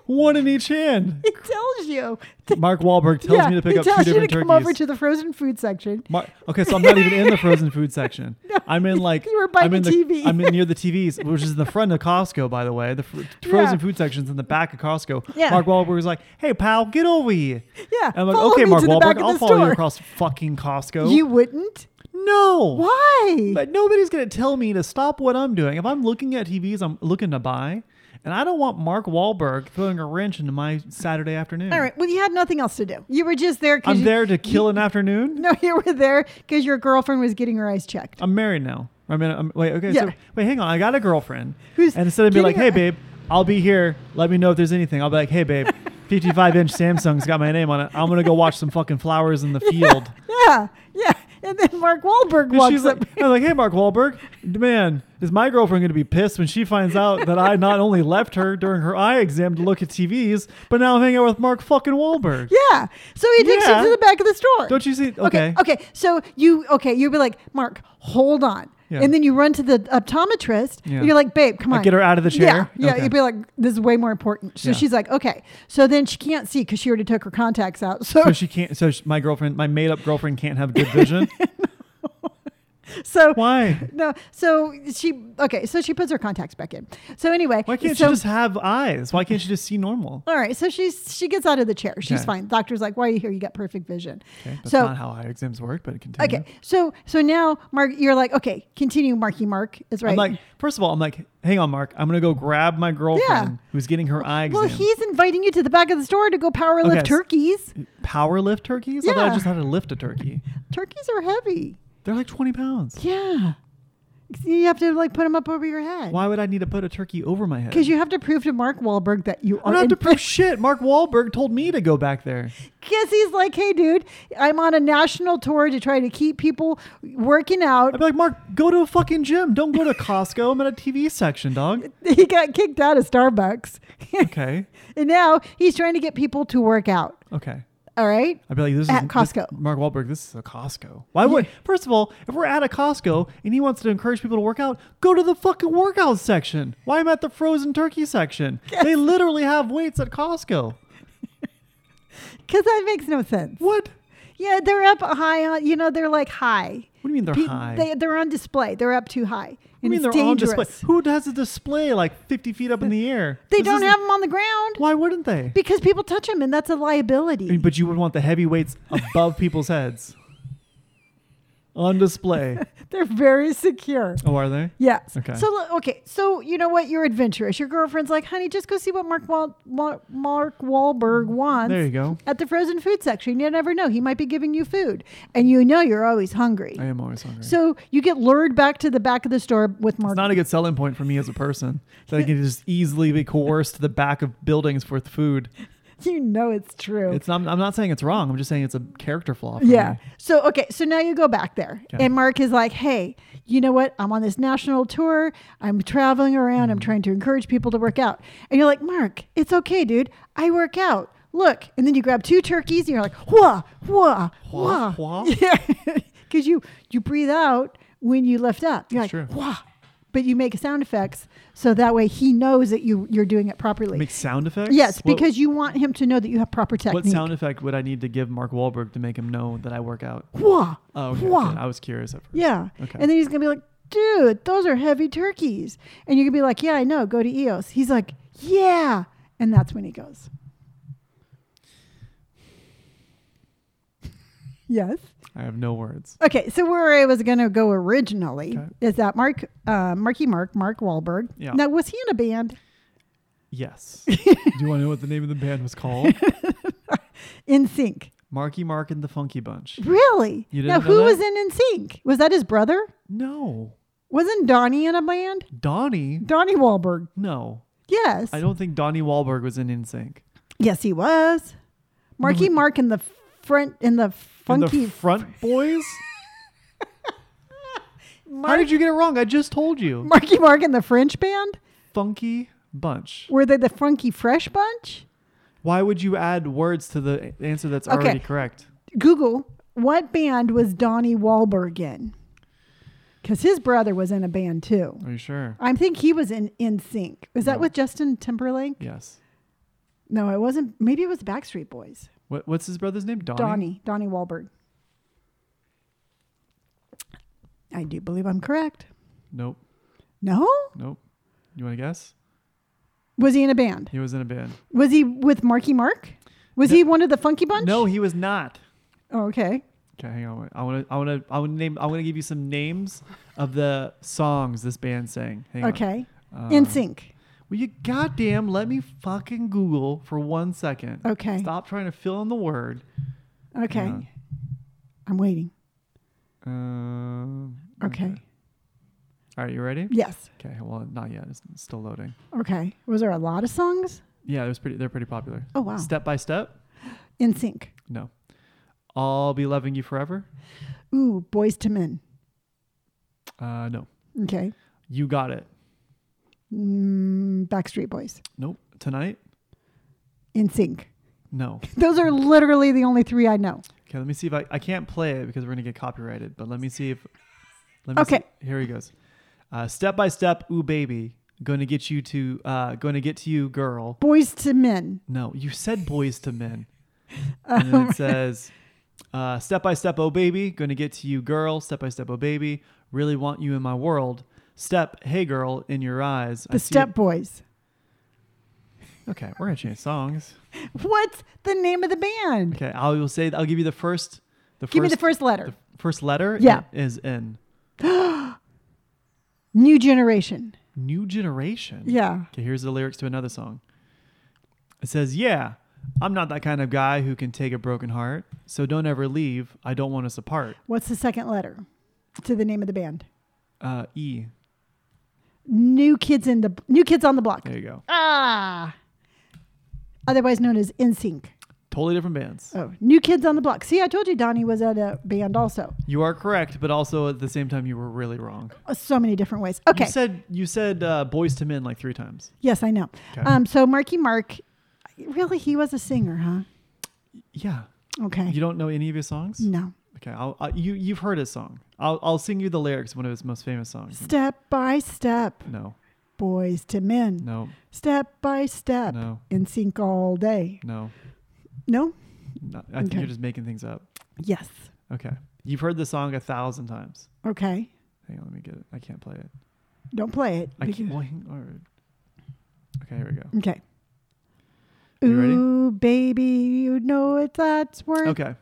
Speaker 1: One in each hand.
Speaker 3: he tells you. to-
Speaker 1: Mark Wahlberg tells
Speaker 3: [LAUGHS] yeah,
Speaker 1: me to pick
Speaker 3: he
Speaker 1: up
Speaker 3: tells
Speaker 1: two
Speaker 3: you
Speaker 1: different
Speaker 3: to
Speaker 1: turkeys.
Speaker 3: come over to the frozen food section.
Speaker 1: Mar- okay, so I'm not even in the frozen food
Speaker 3: [LAUGHS]
Speaker 1: section. I'm in like
Speaker 3: you were by
Speaker 1: I'm
Speaker 3: the
Speaker 1: in
Speaker 3: TV.
Speaker 1: I'm in near the TVs, which is the front of Costco, by the way. The fr- frozen food section's in the back of Costco.
Speaker 3: Yeah.
Speaker 1: Mark Wahlberg's like, "Hey, pal, get over here."
Speaker 3: Yeah,
Speaker 1: I'm like,
Speaker 3: follow
Speaker 1: "Okay,
Speaker 3: me
Speaker 1: Mark
Speaker 3: to the back
Speaker 1: Wahlberg,
Speaker 3: of
Speaker 1: I'll
Speaker 3: the
Speaker 1: follow you
Speaker 3: store."
Speaker 1: across fucking Costco."
Speaker 3: You wouldn't?
Speaker 1: no.
Speaker 3: Why?
Speaker 1: But nobody's going to tell me to stop what I'm doing. If I'm looking at TVs, I'm looking to buy, and I don't want Mark Wahlberg throwing a wrench into my Saturday afternoon.
Speaker 3: All right. Well, you had nothing else to do. You were just there. because
Speaker 1: I'm
Speaker 3: you,
Speaker 1: there to kill an afternoon.
Speaker 3: [LAUGHS] No, you were there because your girlfriend was getting her eyes checked.
Speaker 1: I'm married now. I mean, I'm, wait, okay, so
Speaker 3: Yeah.
Speaker 1: wait, hang on. I got a girlfriend,
Speaker 3: Who's
Speaker 1: and instead of being like, "Hey,
Speaker 3: getting
Speaker 1: babe, I'll be here. Let me know if there's anything," I'll be like, "Hey, babe, 55 inch Samsung's got my name on it. I'm gonna go watch some fucking flowers in the field."
Speaker 3: yeah, yeah. And then Mark Wahlberg
Speaker 1: And
Speaker 3: walks
Speaker 1: she's
Speaker 3: up.
Speaker 1: like, I'm like, hey, Mark Wahlberg, man, is my girlfriend going to be pissed when she finds out that I not only left her during her eye exam to look at TVs, but now I'm hanging out with Mark fucking Wahlberg?
Speaker 3: yeah. So he takes
Speaker 1: Yeah.
Speaker 3: you to the back of the store.
Speaker 1: Don't you see? Okay.
Speaker 3: Okay. So you okay? You'd be like, Mark, hold on.
Speaker 1: Yeah.
Speaker 3: And then you run to the optometrist.
Speaker 1: Yeah.
Speaker 3: And you're like, babe, come
Speaker 1: Like,
Speaker 3: on.
Speaker 1: get her out of the chair?
Speaker 3: Yeah. Yeah.
Speaker 1: Okay.
Speaker 3: You'd be like, this is way more important. So
Speaker 1: Yeah.
Speaker 3: she's like, okay. So then she can't see because she already took her contacts out. So,
Speaker 1: So she can't. So sh my girlfriend, my made-up girlfriend, can't have good
Speaker 3: [LAUGHS]
Speaker 1: vision.
Speaker 3: so
Speaker 1: Why?
Speaker 3: no. So she, okay. So she puts her contacts back in. So anyway.
Speaker 1: Why can't
Speaker 3: so,
Speaker 1: she just have eyes? Why can't she just see normal?
Speaker 3: All right, so she's she gets out of the chair. She's
Speaker 1: Okay.
Speaker 3: fine. Doctor's like, "Why are you here? You got perfect vision."
Speaker 1: Okay, that's
Speaker 3: so
Speaker 1: not how eye exams work, but continue.
Speaker 3: okay, so so now Mark, you're like, "Okay, continue, Marky Mark." Is right.
Speaker 1: I'm like, first of all, I'm like, hang on, Mark. I'm gonna go grab my girlfriend who's getting her eye exam.
Speaker 3: well, he's inviting you to the back of the store to go power lift
Speaker 1: Okay, s-
Speaker 3: turkeys.
Speaker 1: power lift turkeys. I thought I
Speaker 3: Yeah.
Speaker 1: just had to lift a turkey.
Speaker 3: Turkeys are heavy.
Speaker 1: They're like 20 pounds.
Speaker 3: Yeah, you have to like put them up over your head
Speaker 1: Why would I need to put a turkey over my head?
Speaker 3: because you have to prove to Mark Wahlberg that you
Speaker 1: I
Speaker 3: are.
Speaker 1: don't have
Speaker 3: in-
Speaker 1: to prove shit. Mark Wahlberg told me to go back there.
Speaker 3: Because he's like, "Hey, dude, I'm on a national tour to try to keep people working out."
Speaker 1: I'd be like, Mark, go to a fucking gym. Don't go to Costco. I'm at a TV section,
Speaker 3: [LAUGHS]
Speaker 1: dog.
Speaker 3: He got kicked out of Starbucks.
Speaker 1: Okay.
Speaker 3: And now he's trying to get people to work out.
Speaker 1: Okay.
Speaker 3: All right.
Speaker 1: I'd be like, this
Speaker 3: At
Speaker 1: is this-
Speaker 3: Costco.
Speaker 1: Mark Wahlberg, this is a Costco. Why would? First of all, if we're at a Costco and he wants to encourage people to work out, go to the fucking workout section. Why am I at the frozen turkey section? They literally have weights at Costco.
Speaker 3: Because that makes no sense.
Speaker 1: What?
Speaker 3: Yeah, they're up high on, you know, they're like high.
Speaker 1: What do you mean they're
Speaker 3: Pe-
Speaker 1: high?
Speaker 3: They, they're on display. They're up too high.
Speaker 1: I
Speaker 3: And
Speaker 1: mean
Speaker 3: it's
Speaker 1: they're
Speaker 3: dangerous.
Speaker 1: on display. Who has a display like 50 feet up in the air?
Speaker 3: They
Speaker 1: This
Speaker 3: don't
Speaker 1: isn't-
Speaker 3: have them on the ground
Speaker 1: Why wouldn't they?
Speaker 3: because people touch them and that's a liability.
Speaker 1: I mean, But you would want the heavy weights above people's heads on
Speaker 3: [LAUGHS]
Speaker 1: display.
Speaker 3: they're very secure.
Speaker 1: Oh, are they?
Speaker 3: Yes.
Speaker 1: Okay.
Speaker 3: So look- okay. So you know what? You're adventurous. Your girlfriend's like, honey, just go see what Mark Wal- Mar- Mark Wahlberg wants.
Speaker 1: There you go.
Speaker 3: At the frozen food section, you never know. He might be giving you food, and you know you're always hungry.
Speaker 1: I am always hungry.
Speaker 3: So you get lured back to the back of the store with Mark.
Speaker 1: It's not a good selling point for me as a person that I can just easily be coerced to the back of buildings for food.
Speaker 3: [LAUGHS] you know it's true.
Speaker 1: It's not, I'm not saying it's wrong. I'm just saying it's a character flaw. For
Speaker 3: yeah.
Speaker 1: me.
Speaker 3: So okay, so now you go back there,
Speaker 1: Okay.
Speaker 3: and Mark is like, "Hey, you know what? I'm on this national tour. I'm traveling around.
Speaker 1: Mm.
Speaker 3: I'm trying to encourage people to work out." And you're like, "Mark, it's okay, dude. I work out. Look." And then you grab two turkeys, and you're like, "Whoa, whoa,
Speaker 1: Wha-
Speaker 3: whoa!"
Speaker 1: wha?
Speaker 3: [LAUGHS] Yeah, because you you breathe out when you lift up. You're
Speaker 1: That's
Speaker 3: like,
Speaker 1: true.
Speaker 3: "Whoa." But you make sound effects so that way he knows that you you're doing it properly.
Speaker 1: Make sound effects?
Speaker 3: Yes,
Speaker 1: What-
Speaker 3: because you want him to know that you have proper technique.
Speaker 1: What, sound effect would I need to give Mark Wahlberg to make him know that I work out?
Speaker 3: Wah,
Speaker 1: Oh, okay,
Speaker 3: wah.
Speaker 1: okay. I was curious at first.
Speaker 3: Yeah.
Speaker 1: Okay.
Speaker 3: And then he's gonna be like, "Dude, those are heavy turkeys," and you're gonna be like, "Yeah, I know. Go to EOS." He's like, "Yeah," and that's when he goes. [LAUGHS] Yes.
Speaker 1: I have no words.
Speaker 3: Okay. So where I was gonna go originally
Speaker 1: Okay.
Speaker 3: is that Mark, uh, Marky Mark, Mark Wahlberg.
Speaker 1: Yeah.
Speaker 3: Now was he in a band?
Speaker 1: Yes. [LAUGHS] Do you want to know what the name of the band was called?
Speaker 3: In Sync.
Speaker 1: [LAUGHS] Marky Mark and the Funky Bunch.
Speaker 3: Really?
Speaker 1: You
Speaker 3: now
Speaker 1: didn't know
Speaker 3: who
Speaker 1: that?
Speaker 3: was in In Sync? Was that his brother?
Speaker 1: No.
Speaker 3: Wasn't Donnie in a band?
Speaker 1: Donnie?
Speaker 3: Donnie Wahlberg.
Speaker 1: No.
Speaker 3: Yes.
Speaker 1: I don't think Donnie Wahlberg was in NSYNC.
Speaker 3: Yes, he was. Marky Mark in the front in the
Speaker 1: And
Speaker 3: funky
Speaker 1: the Front
Speaker 3: [LAUGHS]
Speaker 1: Boys? How
Speaker 3: Mark,
Speaker 1: did you get it wrong? I just told you.
Speaker 3: Marky Mark in the French band?
Speaker 1: Funky bunch.
Speaker 3: Were they the funky fresh bunch?
Speaker 1: Why would you add words to the answer that's already
Speaker 3: Okay.
Speaker 1: correct?
Speaker 3: Google what band was Donnie Wahlberg in? Because his brother was in a band too.
Speaker 1: Are you sure?
Speaker 3: I think he was in In Sync. Was that
Speaker 1: No.
Speaker 3: with Justin Timberlake?
Speaker 1: Yes.
Speaker 3: No, it wasn't. Maybe it was Backstreet Boys.
Speaker 1: What, what's his brother's name? Donnie.
Speaker 3: Donnie. Donnie Wahlberg. I do believe I'm correct.
Speaker 1: Nope.
Speaker 3: No,
Speaker 1: Nope. You want to guess?
Speaker 3: was he in a band?
Speaker 1: He was in a band.
Speaker 3: Was he with Marky Mark? Was
Speaker 1: No.
Speaker 3: he one of the Funky Bunch?
Speaker 1: No, he was not.
Speaker 3: Oh, okay.
Speaker 1: Okay, hang on. I want to. I want to. I want to name. I want to give you some names of the songs this band sang. Hang on.
Speaker 3: Okay.
Speaker 1: Um,
Speaker 3: In sync.
Speaker 1: Will you goddamn let me fucking Google for one second?
Speaker 3: Okay.
Speaker 1: Stop trying to fill in the word.
Speaker 3: Okay.
Speaker 1: on.
Speaker 3: I'm waiting.
Speaker 1: Um,
Speaker 3: Okay.
Speaker 1: All right, you ready?
Speaker 3: Yes.
Speaker 1: Okay. Well, not yet. It's it's still loading.
Speaker 3: Okay. Was there a lot of songs?
Speaker 1: Yeah, it was pretty. They're pretty popular.
Speaker 3: Oh wow.
Speaker 1: Step by step.
Speaker 3: In sync.
Speaker 1: No. I'll be loving you forever.
Speaker 3: Ooh, Boys to Men.
Speaker 1: Uh, no.
Speaker 3: Okay.
Speaker 1: You got it.
Speaker 3: Mm, Backstreet Boys.
Speaker 1: Nope. Tonight.
Speaker 3: In sync.
Speaker 1: No.
Speaker 3: Those are literally the only three I know.
Speaker 1: Okay. Let me see if I. I can't play it because we're gonna get copyrighted. But let me see if. Let me
Speaker 3: Okay.
Speaker 1: see. Here he goes. Uh, step by step, ooh baby, going to get you to, uh, going to get to you, girl.
Speaker 3: Boys to men.
Speaker 1: No, you said boys to
Speaker 3: [LAUGHS]
Speaker 1: men. And
Speaker 3: Oh,
Speaker 1: then it says, uh, step by step, oh baby, gonna get to you, girl. Step by step, oh baby, really want you in my world. Step, hey girl, in your eyes. I
Speaker 3: The
Speaker 1: see it-
Speaker 3: step boys.
Speaker 1: Okay, we're gonna change songs.
Speaker 3: What's the name of the band?
Speaker 1: Okay, I will say I'll give you the first. The
Speaker 3: Give
Speaker 1: first,
Speaker 3: me the first letter.
Speaker 1: The first letter.
Speaker 3: Yeah.
Speaker 1: is N.
Speaker 3: New generation.
Speaker 1: New generation.
Speaker 3: Yeah.
Speaker 1: Okay, here's the lyrics to another song. It says, "Yeah, I'm not that kind of guy who can take a broken heart. So don't ever leave. I don't want us apart."
Speaker 3: What's the second letter to the name of the band?
Speaker 1: Uh, e.
Speaker 3: New kids in the New Kids on the Block.
Speaker 1: There you go.
Speaker 3: Ah. Otherwise known as NSYNC.
Speaker 1: Totally different bands.
Speaker 3: Oh, New Kids on the Block. See, I told you Donnie was at a band also.
Speaker 1: You are correct, but also at the same time you were really wrong.
Speaker 3: Uh, So many different ways. Okay.
Speaker 1: You said you said uh, boys to men like three times.
Speaker 3: yes, I know.
Speaker 1: Okay.
Speaker 3: Um, so Marky Mark, really, he was a singer, huh?
Speaker 1: Yeah.
Speaker 3: Okay.
Speaker 1: You don't know any of his songs?
Speaker 3: no.
Speaker 1: Okay. I'll, I, you you've heard his song. I'll I'll sing you the lyrics of one of his most famous songs.
Speaker 3: Step by step,
Speaker 1: No.
Speaker 3: boys to men.
Speaker 1: No.
Speaker 3: Step by step,
Speaker 1: No.
Speaker 3: in sync all day.
Speaker 1: No.
Speaker 3: No?
Speaker 1: no. I think
Speaker 3: Okay.
Speaker 1: you're just making things up.
Speaker 3: Yes.
Speaker 1: Okay. You've heard the song a thousand times.
Speaker 3: Okay.
Speaker 1: Hang on, let me get it. I can't play it.
Speaker 3: Don't play it.
Speaker 1: I can't. [LAUGHS]
Speaker 3: because-
Speaker 1: Well, hang- or- okay, here we go.
Speaker 3: Okay.
Speaker 1: You ready?
Speaker 3: Ooh, baby, you know what that's worth.
Speaker 1: Okay.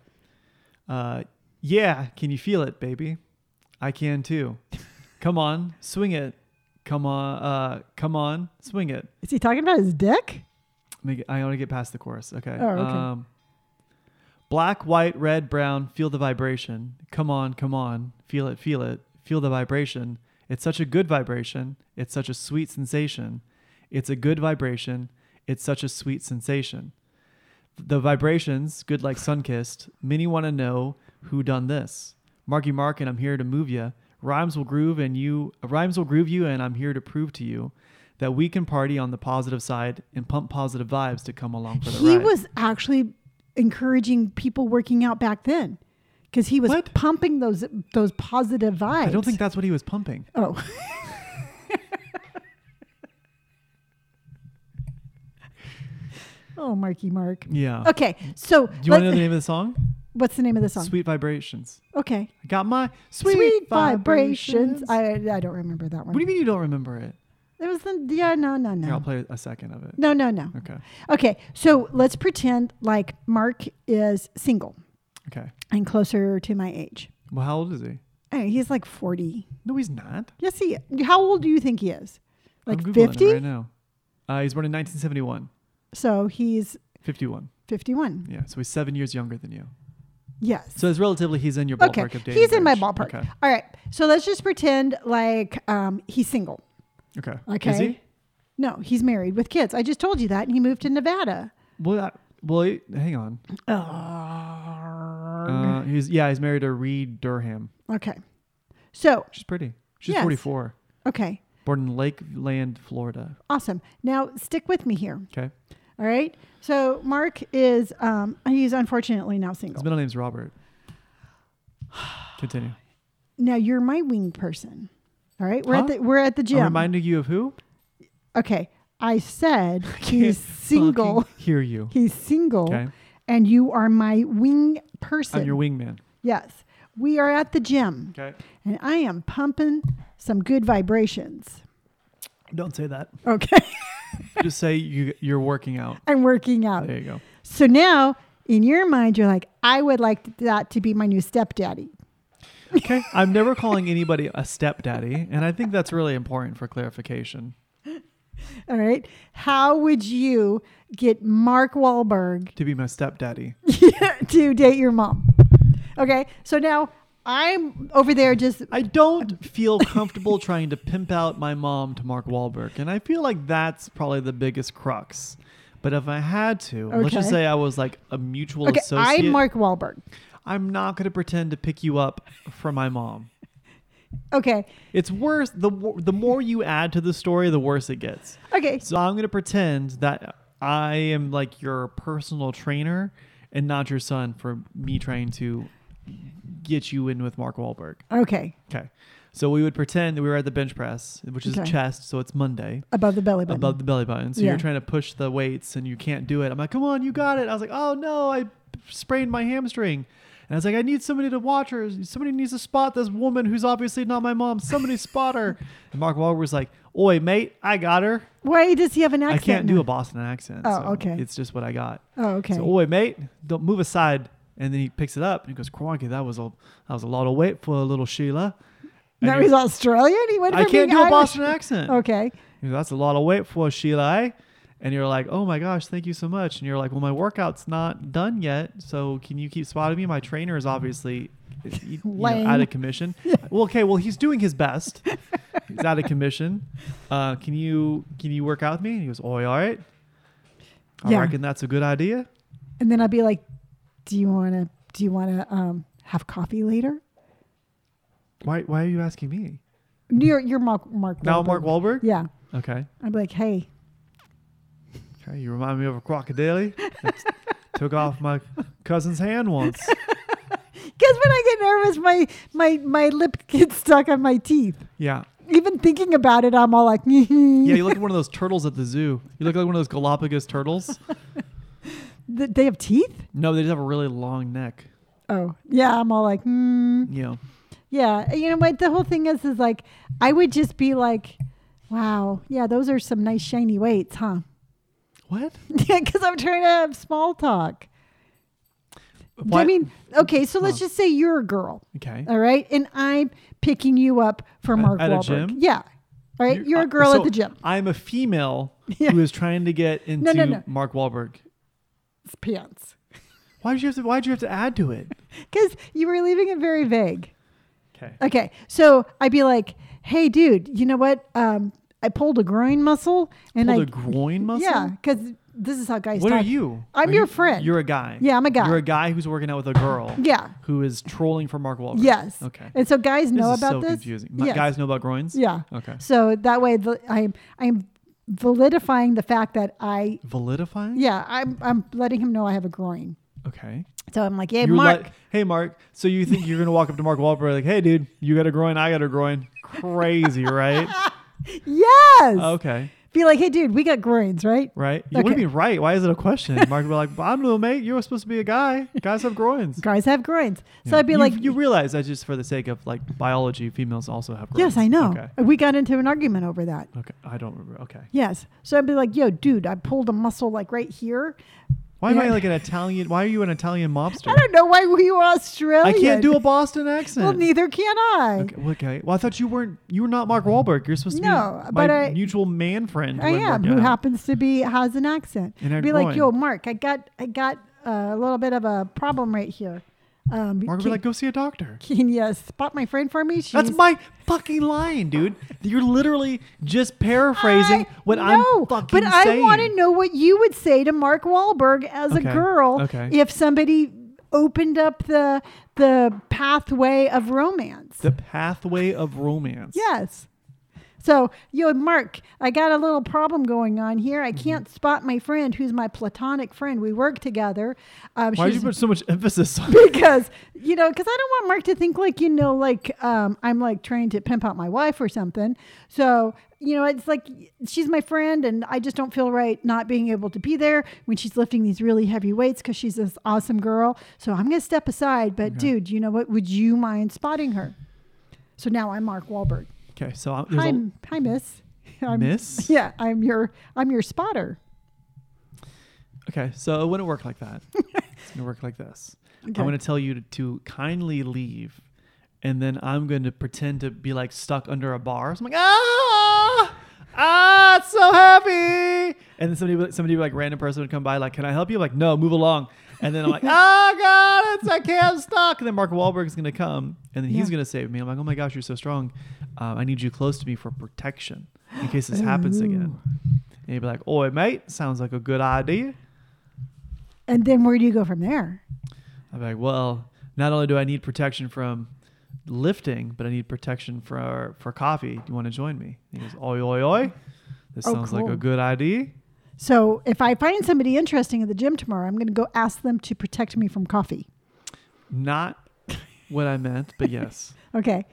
Speaker 1: Uh, yeah, can you feel it, baby? I can
Speaker 3: [LAUGHS]
Speaker 1: too. Come on, swing it. Come on, uh, come on, swing it.
Speaker 3: Is he talking about his dick?
Speaker 1: Make it I want to get past the chorus. Okay. Um,
Speaker 3: Oh, okay.
Speaker 1: black, white, red, brown. Feel the vibration. Come on, come on. Feel it, feel it. Feel the vibration. It's such a good vibration. It's such a sweet sensation. It's a good vibration. It's such a sweet sensation. The vibrations, good like sun kissed. Many want to know who done this. Marky Mark and I'm here to move ya. Rhymes will groove and you rhymes will groove you and I'm here to prove to you that we can party on the positive side and pump positive vibes to come along for the
Speaker 3: He
Speaker 1: ride.
Speaker 3: was actually encouraging people working out back then because he was
Speaker 1: What?
Speaker 3: pumping those those positive vibes.
Speaker 1: I don't think that's what he was pumping. [LAUGHS]
Speaker 3: Oh, oh, Marky Mark.
Speaker 1: Yeah.
Speaker 3: Okay, so
Speaker 1: Uh, Do you want to know
Speaker 3: let's-
Speaker 1: the name of the song?
Speaker 3: what's the name of the song?
Speaker 1: Sweet Vibrations.
Speaker 3: Okay,
Speaker 1: I got my
Speaker 3: sweet,
Speaker 1: sweet,
Speaker 3: vibrations.
Speaker 1: vibrations.
Speaker 3: I I don't remember that
Speaker 1: what
Speaker 3: one.
Speaker 1: do you mean you don't remember it?
Speaker 3: It was the yeah no no
Speaker 1: Here, I'll
Speaker 3: no
Speaker 1: play a second of it.
Speaker 3: no no no.
Speaker 1: Okay.
Speaker 3: Okay, so let's pretend like Mark is single
Speaker 1: Okay.
Speaker 3: and closer to my age.
Speaker 1: Well, how old is he?
Speaker 3: Hey, he's like 40.
Speaker 1: No, he's not.
Speaker 3: Yes, he. How old do you think he is? Like
Speaker 1: I'm Googling him
Speaker 3: 50?
Speaker 1: right now. Uh, he's born in 1971.
Speaker 3: So he's
Speaker 1: 51.
Speaker 3: 51.
Speaker 1: Yeah. So he's seven years younger than you.
Speaker 3: Yes.
Speaker 1: So it's relatively he's in your ballpark
Speaker 3: okay.
Speaker 1: of dating.
Speaker 3: He's in my
Speaker 1: age.
Speaker 3: ballpark.
Speaker 1: Okay.
Speaker 3: All right. So let's just pretend like um, he's single.
Speaker 1: Okay.
Speaker 3: Okay.
Speaker 1: Is he?
Speaker 3: No, he's married with kids. I just told you that. And he moved to Nevada.
Speaker 1: Well, that, well, he- hang on.
Speaker 3: Oh.
Speaker 1: Uh, he's yeah, he's married to Reed Durham.
Speaker 3: okay. So,
Speaker 1: She's pretty. She's
Speaker 3: Yes.
Speaker 1: 44.
Speaker 3: okay.
Speaker 1: Born in Lakeland, Florida.
Speaker 3: Awesome. Now, stick with me here.
Speaker 1: Okay.
Speaker 3: All right. So, Mark is, um, he's unfortunately now
Speaker 1: His
Speaker 3: single.
Speaker 1: middle name's Robert. [SIGHS] Continue.
Speaker 3: Now, you're my wing person. All right. We're, at,
Speaker 1: Huh?
Speaker 3: the, we're at the
Speaker 1: I'm
Speaker 3: gym.
Speaker 1: reminding you of who?
Speaker 3: okay,
Speaker 1: [LAUGHS]
Speaker 3: I said he's single.
Speaker 1: Fucking Hear you.
Speaker 3: He's single,
Speaker 1: Okay.
Speaker 3: and you are my wing person.
Speaker 1: I'm your wingman.
Speaker 3: yes, we are at the gym,
Speaker 1: Okay.
Speaker 3: and I am pumping some good vibrations.
Speaker 1: Don't say that.
Speaker 3: Okay, [LAUGHS]
Speaker 1: Just say you you're working out.
Speaker 3: I'm working out.
Speaker 1: There you go.
Speaker 3: So now, in your mind, you're like, I would like that to be my new stepdaddy.
Speaker 1: Okay. I'm never calling anybody a stepdaddy, and I think that's really important for clarification.
Speaker 3: All right, how would you get Mark Wahlberg [LAUGHS]
Speaker 1: To be my stepdaddy.
Speaker 3: to date your mom? Okay, so now I'm over there just
Speaker 1: I don't feel comfortable trying to pimp out my mom to Mark Wahlberg, and I feel like that's probably the biggest crux. But if I had to, let's just
Speaker 3: Okay.
Speaker 1: say I was like a mutual
Speaker 3: okay.
Speaker 1: associate.
Speaker 3: I'm Mark Wahlberg.
Speaker 1: I'm not going to pretend to pick you up for my mom.
Speaker 3: Okay.
Speaker 1: It's worse. The wo- the more you add to the story, the worse it gets.
Speaker 3: Okay.
Speaker 1: So I'm going to pretend that I am like your personal trainer and not your son for me trying to get you in with Mark Wahlberg.
Speaker 3: Okay.
Speaker 1: Okay. So we would pretend that we were at the bench press, which is
Speaker 3: Okay.
Speaker 1: chest, so it's Monday.
Speaker 3: Above the belly button.
Speaker 1: Above the belly button. So
Speaker 3: Yeah.
Speaker 1: you're trying to push the weights and you can't do it. I'm like, come on, you got it. I was like, oh no, I sprained my hamstring. And I was like, I need somebody to watch her. Somebody needs to spot this woman who's obviously not my mom. Somebody spot
Speaker 3: [LAUGHS]
Speaker 1: her. And Mark Wahlberg was like, Oi, mate, I got her.
Speaker 3: Why does he have an
Speaker 1: I
Speaker 3: accent?
Speaker 1: can't do
Speaker 3: now?
Speaker 1: a Boston accent.
Speaker 3: Oh,
Speaker 1: so
Speaker 3: okay.
Speaker 1: It's just what I got.
Speaker 3: Oh, okay.
Speaker 1: So, oi, mate, don't move aside. And then he picks it up and he goes, Crikey, that was a that was a lot of weight for a little Sheila. And
Speaker 3: no,
Speaker 1: he-
Speaker 3: he's Australian. He went
Speaker 1: I
Speaker 3: from
Speaker 1: can't do
Speaker 3: being
Speaker 1: a
Speaker 3: Irish-
Speaker 1: Boston accent.
Speaker 3: Okay.
Speaker 1: He goes, That's a lot of weight for Sheila. eh?" And you're like, oh my gosh, thank you so much. And you're like, well, my workout's not done yet. So can you keep spotting me? My trainer is obviously you know,
Speaker 3: Lame.
Speaker 1: out of commission. [LAUGHS] Well, okay, well, he's doing his best. he's out of commission. Uh, can you can you work out with me? And he goes, oh, all right. I
Speaker 3: Yeah.
Speaker 1: reckon that's a good idea.
Speaker 3: And then I'd be like, "Do you want to? Do you want to um, have coffee later?"
Speaker 1: Why, why are you asking me?
Speaker 3: You're, you're Mark. Mark.
Speaker 1: Now
Speaker 3: Wahlberg.
Speaker 1: Mark Wahlberg?
Speaker 3: Yeah.
Speaker 1: Okay.
Speaker 3: I'd be like, "Hey,
Speaker 1: Okay, you remind me of a crocodile. [LAUGHS] That's- took off my cousin's hand
Speaker 3: [LAUGHS]
Speaker 1: once.
Speaker 3: Because when I get nervous, my my my lip [LAUGHS] gets stuck on my teeth.
Speaker 1: Yeah.
Speaker 3: Even thinking about it, I'm all like, [LAUGHS] yeah,
Speaker 1: Yeah, you look like one of those turtles at the zoo. You look like one of those Galapagos turtles.
Speaker 3: they have teeth.
Speaker 1: No, they just have a really long neck.
Speaker 3: Oh, yeah, I'm all like, hmm.
Speaker 1: Yeah.
Speaker 3: yeah. You know what? The whole thing is, is like, I would just be like, wow, yeah, those are some nice shiny weights, huh? [LAUGHS]
Speaker 1: What?
Speaker 3: Because I'm trying to have small talk. I mean, okay, so let's
Speaker 1: Huh.
Speaker 3: just say you're a girl,
Speaker 1: okay.
Speaker 3: all right, and I'm picking you up for Mark
Speaker 1: at a
Speaker 3: Wahlberg.
Speaker 1: gym?
Speaker 3: Yeah, all right. You're
Speaker 1: uh,
Speaker 3: a girl
Speaker 1: so
Speaker 3: at the gym.
Speaker 1: I'm a female
Speaker 3: [LAUGHS] Yeah.
Speaker 1: who is trying to get into
Speaker 3: no, no.
Speaker 1: Mark Wahlberg.
Speaker 3: It's pants.
Speaker 1: Why did you have to? Why did you have to add to it?
Speaker 3: Because you were leaving it very vague.
Speaker 1: Okay.
Speaker 3: Okay. So I'd be like, hey, dude, you know what? Um, I pulled a groin muscle and
Speaker 1: Pulled
Speaker 3: I.
Speaker 1: a groin muscle.
Speaker 3: Yeah. Because this is how guys
Speaker 1: What
Speaker 3: talk.
Speaker 1: are you?
Speaker 3: I'm
Speaker 1: Are
Speaker 3: your
Speaker 1: you-
Speaker 3: friend.
Speaker 1: You're a guy.
Speaker 3: Yeah, I'm a guy.
Speaker 1: You're a guy who's working out with a girl.
Speaker 3: [LAUGHS] Yeah.
Speaker 1: Who is trolling for Mark Wahlberg?
Speaker 3: Yes.
Speaker 1: Okay.
Speaker 3: And so guys know
Speaker 1: this is
Speaker 3: about
Speaker 1: so
Speaker 3: this.
Speaker 1: confusing. My-
Speaker 3: Yes.
Speaker 1: Guys know about groins.
Speaker 3: Yeah.
Speaker 1: Okay.
Speaker 3: So that way the, I'm, I'm validifying the fact that I,
Speaker 1: Validifying.
Speaker 3: yeah, I'm, I'm letting him know I have a groin.
Speaker 1: Okay.
Speaker 3: So I'm like, yeah,
Speaker 1: You're
Speaker 3: Mark.
Speaker 1: like, hey, Mark. So you think you're gonna walk up to Mark Wahlberg like, hey, dude, you got a groin, I got a groin. Crazy,
Speaker 3: [LAUGHS]
Speaker 1: right?
Speaker 3: yes.
Speaker 1: Oh, Okay,
Speaker 3: Be like, hey, dude, we got groins, right?
Speaker 1: right. You would
Speaker 3: Okay.
Speaker 1: be right. Why is it a question? Mark would be like, I don't know, mate. You're supposed to be a guy. Guys have groins.
Speaker 3: Guys have groins. So
Speaker 1: Yeah.
Speaker 3: I'd be
Speaker 1: You-
Speaker 3: like,
Speaker 1: you realize that's just for the sake of like biology. Females also have groins.
Speaker 3: yes, I know.
Speaker 1: Okay.
Speaker 3: We got into an argument over that.
Speaker 1: Okay. I don't remember. Okay.
Speaker 3: Yes. So I'd be like, yo, dude, I pulled a muscle like right here.
Speaker 1: Why am I
Speaker 3: Yeah.
Speaker 1: like an Italian? Why are you an Italian mobster?
Speaker 3: [LAUGHS] I don't know why we were Australian.
Speaker 1: I can't do a Boston accent.
Speaker 3: Well, neither can I.
Speaker 1: Okay, well, okay. Well, I thought you weren't. You were not Mark Wahlberg. You're supposed to
Speaker 3: No,
Speaker 1: be my
Speaker 3: but I-
Speaker 1: mutual man friend.
Speaker 3: I
Speaker 1: when
Speaker 3: am.
Speaker 1: working
Speaker 3: Who
Speaker 1: out.
Speaker 3: happens to be has an accent.
Speaker 1: And a
Speaker 3: be
Speaker 1: groin.
Speaker 3: like, yo, Mark, I got, I got uh, a little bit of a problem right here. Um,
Speaker 1: Mark would
Speaker 3: can,
Speaker 1: be like, go see a doctor.
Speaker 3: can you spot my friend for me? She's,
Speaker 1: That's my fucking line, dude. You're literally just paraphrasing what I'm
Speaker 3: no,
Speaker 1: fucking
Speaker 3: But
Speaker 1: saying.
Speaker 3: I want to know what you would say to Mark Wahlberg as
Speaker 1: Okay,
Speaker 3: a girl
Speaker 1: okay.
Speaker 3: if somebody opened up the the pathway of romance.
Speaker 1: the pathway of romance.
Speaker 3: Yes. So, yo, Mark, I got a little problem going on here.
Speaker 1: Mm-hmm.
Speaker 3: I can't spot my friend who's my platonic friend. We work together. Um,
Speaker 1: Why did you
Speaker 3: she's-
Speaker 1: put so much emphasis [LAUGHS]
Speaker 3: [LAUGHS]
Speaker 1: on
Speaker 3: because you know, because I don't want Mark to think like you know, like um, I'm like trying to pimp out my wife or something. So you know, it's like she's my friend, and I just don't feel right not being able to be there when she's lifting these really heavy weights because she's this awesome girl. So I'm gonna step aside, but dude, you know what? Would you mind spotting her? So now I'm Mark Wahlberg.
Speaker 1: Okay, so I, there's
Speaker 3: Hi,
Speaker 1: a-
Speaker 3: m- hi, Miss. [LAUGHS] I'm,
Speaker 1: Miss?
Speaker 3: Yeah, I'm your I'm your spotter.
Speaker 1: okay, so it wouldn't work like
Speaker 3: [LAUGHS]
Speaker 1: that. it's gonna work like this.
Speaker 3: Okay.
Speaker 1: I'm gonna tell you to, to kindly leave, and then I'm going to pretend to be like stuck under a bar. So I'm like, ah, ah, it's so happy. And then somebody, would- somebody like random person would come by, like, can I help you? like, no, move along. And then I'm
Speaker 3: [LAUGHS]
Speaker 1: like, oh god, it's I can't I'm stuck. And then Mark Wahlberg's gonna come, and then he's
Speaker 3: Yeah.
Speaker 1: gonna save me. I'm like, oh my gosh, you're so strong. Um, I need you close to me for protection in case this happens again. And he'd be like, oi, mate, sounds like a good idea.
Speaker 3: And then where do you go from there?
Speaker 1: I'm like, well, not only do I need protection from lifting, but I need protection for for coffee. Do you want to join me? And he goes, oi, oi, oi. This
Speaker 3: Oh,
Speaker 1: sounds like a
Speaker 3: cool.
Speaker 1: good idea.
Speaker 3: So if I find somebody interesting at the gym tomorrow, I'm going to go ask them to protect me from coffee.
Speaker 1: Not what I meant, but yes,
Speaker 3: Okay.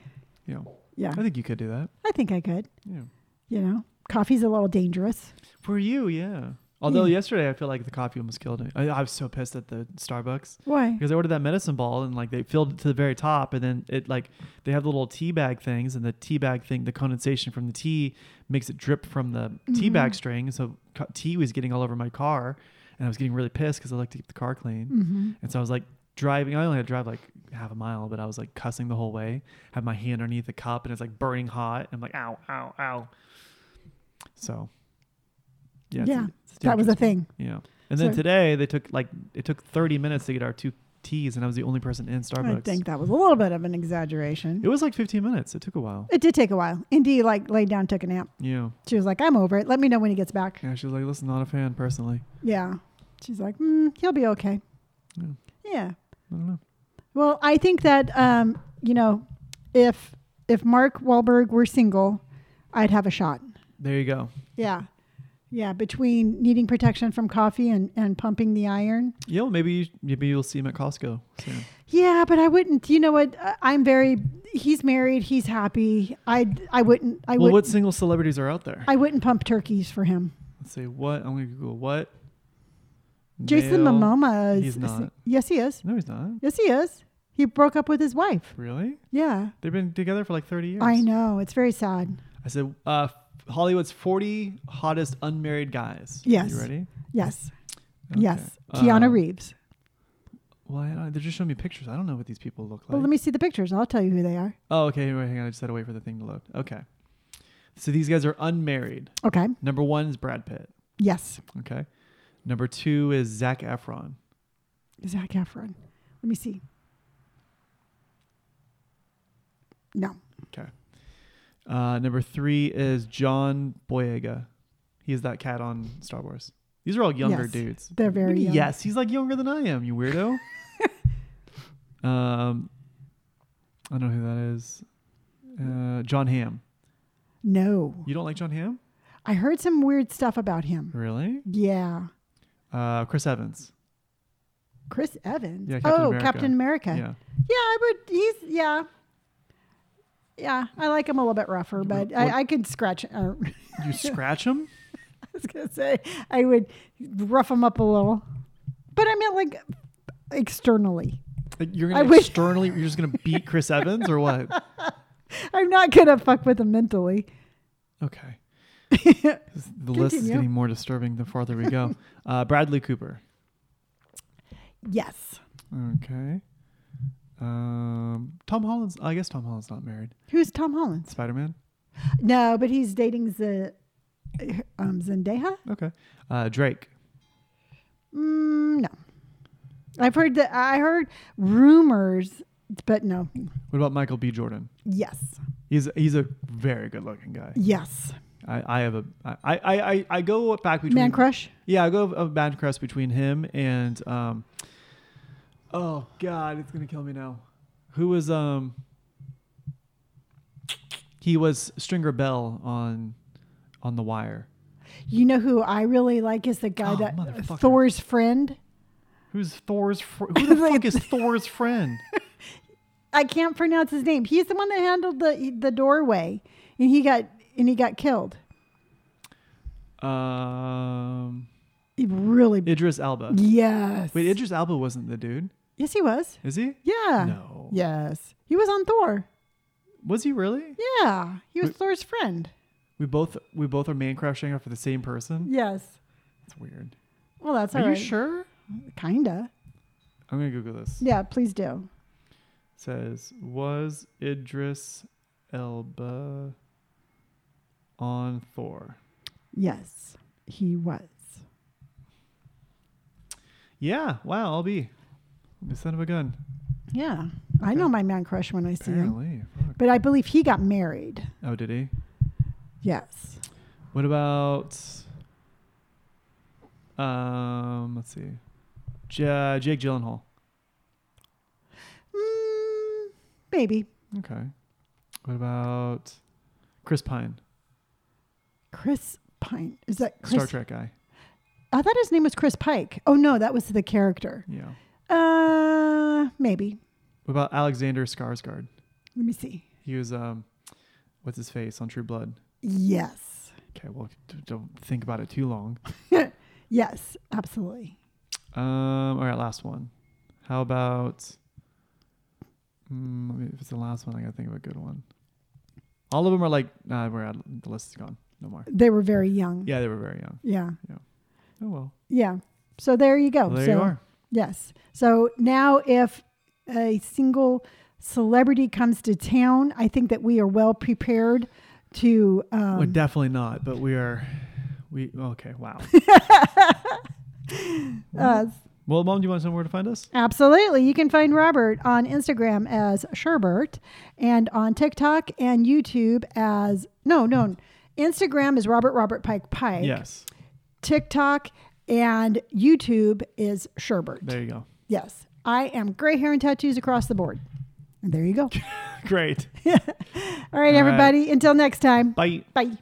Speaker 1: you know,
Speaker 3: Yeah.
Speaker 1: I think you could do that.
Speaker 3: I think I could.
Speaker 1: Yeah.
Speaker 3: You know, coffee's a little dangerous.
Speaker 1: For you, yeah. Although
Speaker 3: Yeah.
Speaker 1: yesterday I feel like the coffee almost killed me. I, I was so pissed at the Starbucks
Speaker 3: Why?
Speaker 1: because I ordered that medicine ball and like they filled it to the very top and then it like they have the little tea bag things and the tea bag thing, the condensation from the tea makes it drip from the
Speaker 3: Mm-hmm.
Speaker 1: tea bag string. So co- tea was getting all over my car and I was getting really pissed because I like to keep the car clean.
Speaker 3: Mm-hmm.
Speaker 1: And so I was like driving. I only had to drive like half a mile, but I was like cussing the whole way. Had my hand underneath the cup, and it's like burning hot. I'm like, ow, ow, ow. So, yeah, it's a-
Speaker 3: Yeah,
Speaker 1: it's a
Speaker 3: That was a
Speaker 1: dangerous-
Speaker 3: thing.
Speaker 1: Yeah, and then
Speaker 3: So-
Speaker 1: today they took like it took 30 minutes to get our two teas, and I was the only person in Starbucks.
Speaker 3: I think that was a little bit of an exaggeration.
Speaker 1: it was like 15 minutes. It took a while.
Speaker 3: It did take a while. Indy like laid down, took a nap.
Speaker 1: Yeah,
Speaker 3: She was like, "I'm over it. Let me know when he gets back."
Speaker 1: yeah. She was like, "Listen, not a fan personally.
Speaker 3: Yeah. She's like, mm, "He'll be okay."
Speaker 1: Yeah.
Speaker 3: yeah.
Speaker 1: I don't know."
Speaker 3: Well, I think that um, you know, if if Mark Wahlberg were single, I'd have a shot.
Speaker 1: There you go.
Speaker 3: Yeah. Yeah, between needing protection from coffee and, and pumping the iron.
Speaker 1: Yeah, well, maybe you, maybe you'll see him at Costco soon.
Speaker 3: Yeah, but I wouldn't. You know what? I- I'm very. He's married. He's happy. I I wouldn't. I
Speaker 1: well,
Speaker 3: would.
Speaker 1: what
Speaker 3: would
Speaker 1: single celebrities are out there?
Speaker 3: I wouldn't pump turkeys for him.
Speaker 1: Let's see what I'm gonna Google what.
Speaker 3: Jason
Speaker 1: Male-
Speaker 3: Momoa is.
Speaker 1: he's not.
Speaker 3: Yes, he is.
Speaker 1: No, he's not.
Speaker 3: Yes, he is. He broke up with his wife.
Speaker 1: Really?
Speaker 3: Yeah,
Speaker 1: They've been together for like 30 years.
Speaker 3: I know. It's very sad.
Speaker 1: I said uh, Hollywood's 40 hottest unmarried guys.
Speaker 3: Yes.
Speaker 1: You ready?
Speaker 3: Yes,
Speaker 1: Okay.
Speaker 3: yes. Keanu
Speaker 1: Um,
Speaker 3: Reeves.
Speaker 1: Well, I don't, they're just showing me pictures. I don't know what these people look like.
Speaker 3: Well, let me see the pictures. I'll tell you who they are.
Speaker 1: oh, okay. Wait, hang on. I just had to wait for the thing to load. Okay. So these guys are unmarried.
Speaker 3: Okay.
Speaker 1: Number one is Brad Pitt.
Speaker 3: Yes,
Speaker 1: Okay. Number two is Zach Efron.
Speaker 3: Zach Efron. Let me see. No.
Speaker 1: Uh, number three is John Boyega. He is that cat on Star Wars. These are all younger
Speaker 3: Yes.
Speaker 1: dudes.
Speaker 3: They're very
Speaker 1: What do you mean,
Speaker 3: young.
Speaker 1: Yes, he's like younger than I am, you
Speaker 3: [LAUGHS]
Speaker 1: weirdo. um, I don't know who that is. Uh, John Hamm.
Speaker 3: No.
Speaker 1: You don't like John Hamm?
Speaker 3: I heard some weird stuff about him.
Speaker 1: Really?
Speaker 3: Yeah.
Speaker 1: Uh, Chris Evans.
Speaker 3: Chris Evans.
Speaker 1: Yeah,
Speaker 3: oh,
Speaker 1: Captain America.
Speaker 3: Captain America. Yeah.
Speaker 1: Yeah.
Speaker 3: I would. He's yeah. Yeah, I like him a little bit rougher, but
Speaker 1: what-
Speaker 3: I, I could scratch. Uh, [LAUGHS]
Speaker 1: You scratch him?
Speaker 3: I was gonna say I would rough him up a little, but I meant like externally.
Speaker 1: Like you're
Speaker 3: I
Speaker 1: gonna
Speaker 3: wish-
Speaker 1: externally, you're just gonna beat Chris Evans or what?
Speaker 3: [LAUGHS] I'm not gonna fuck with him mentally. [LAUGHS]
Speaker 1: Okay. This- the list is
Speaker 3: Continue.
Speaker 1: getting more disturbing the farther we
Speaker 3: [LAUGHS]
Speaker 1: go. Uh, Bradley Cooper.
Speaker 3: Yes.
Speaker 1: Okay. Um, Tom Holland's. I guess Tom Holland's not married.
Speaker 3: Who's Tom Holland?
Speaker 1: Spider Man.
Speaker 3: No, but he's dating the um, Zendaya.
Speaker 1: Okay. Uh, Drake.
Speaker 3: Mm, no, I've heard that. I heard rumors, but no.
Speaker 1: What about Michael B. Jordan?
Speaker 3: Yes.
Speaker 1: He's he's a very good looking guy.
Speaker 3: Yes.
Speaker 1: I, I have a I, I, I, I go back between
Speaker 3: Man crush.
Speaker 1: Yeah, I go a man crush between him and um. Oh God, it's gonna kill me now. Who was um. He was Stringer Bell on, on The Wire.
Speaker 3: You know who I really like is the guy
Speaker 1: Oh,
Speaker 3: that
Speaker 1: motherfucker.
Speaker 3: Thor's friend.
Speaker 1: Who's Thor's? Fr- who the fuck is Thor's friend?
Speaker 3: I can't pronounce his name. He's the one that handled the the doorway, and he got and he got killed.
Speaker 1: Um,
Speaker 3: He really.
Speaker 1: Idris Elba.
Speaker 3: yes.
Speaker 1: Wait, Idris Elba wasn't the dude,
Speaker 3: yes, he was.
Speaker 1: is he?
Speaker 3: Yeah.
Speaker 1: No.
Speaker 3: Yes, he was on Thor.
Speaker 1: Was he really?
Speaker 3: Yeah, he was
Speaker 1: Wait.
Speaker 3: Thor's friend.
Speaker 1: We both we both are man crushing after the same person.
Speaker 3: Yes.
Speaker 1: That's weird.
Speaker 3: Well, that's
Speaker 1: are
Speaker 3: all right.
Speaker 1: you sure?
Speaker 3: Kinda.
Speaker 1: I'm gonna Google this.
Speaker 3: Yeah. Please do.
Speaker 1: says was Idris Elba on Thor?
Speaker 3: Yes, he was.
Speaker 1: Yeah. Wow. I'll be. The son of a gun.
Speaker 3: Yeah, I know my man crush when I see him.
Speaker 1: Apparently. Fuck.
Speaker 3: But I believe he got married.
Speaker 1: Oh, did he?
Speaker 3: Yes.
Speaker 1: What about? Um. Let's see. Ja Jake Gyllenhaal.
Speaker 3: Mm, maybe
Speaker 1: Okay. What about Chris Pine,
Speaker 3: Chris Pine. Is that Chris?
Speaker 1: Star Trek guy?
Speaker 3: I thought his name was Chris Pike. Oh no, that was the character.
Speaker 1: Yeah.
Speaker 3: Uh, maybe.
Speaker 1: What about Alexander Skarsgård?
Speaker 3: Let me see.
Speaker 1: He was um, what's his face on True Blood?
Speaker 3: Yes.
Speaker 1: Okay, well, d- don't think about it too long.
Speaker 3: Yes, absolutely.
Speaker 1: Um, all right, last one. How about? Mm, let me, if it's the last one, I gotta think of a good one. All of them are like, nah, we're out. The list is gone. No more.
Speaker 3: They were very young.
Speaker 1: Yeah, they were very young.
Speaker 3: Yeah.
Speaker 1: Oh well.
Speaker 3: Yeah. So there you go.
Speaker 1: Well, there
Speaker 3: Oh, so
Speaker 1: you are.
Speaker 3: Yes. So now, if a single celebrity comes to town, I think that we are well prepared to. Um,
Speaker 1: We're
Speaker 3: [LAUGHS]
Speaker 1: definitely not, but we are. We okay. Wow.
Speaker 3: uh,
Speaker 1: well, mom, do you want to know where to find us?
Speaker 3: absolutely. You can find Robert on Instagram as Sherbert and on TikTok and YouTube as. No, no. Instagram is Robert Robert Pike Pike.
Speaker 1: Yes.
Speaker 3: TikTok and YouTube is Sherbert.
Speaker 1: There you go.
Speaker 3: Yes. I am gray hair and tattoos across the board.
Speaker 1: [LAUGHS]
Speaker 3: And there you go.
Speaker 1: Great.
Speaker 3: All right,
Speaker 1: All right.
Speaker 3: everybody. Until next time.
Speaker 1: Bye.
Speaker 3: Bye.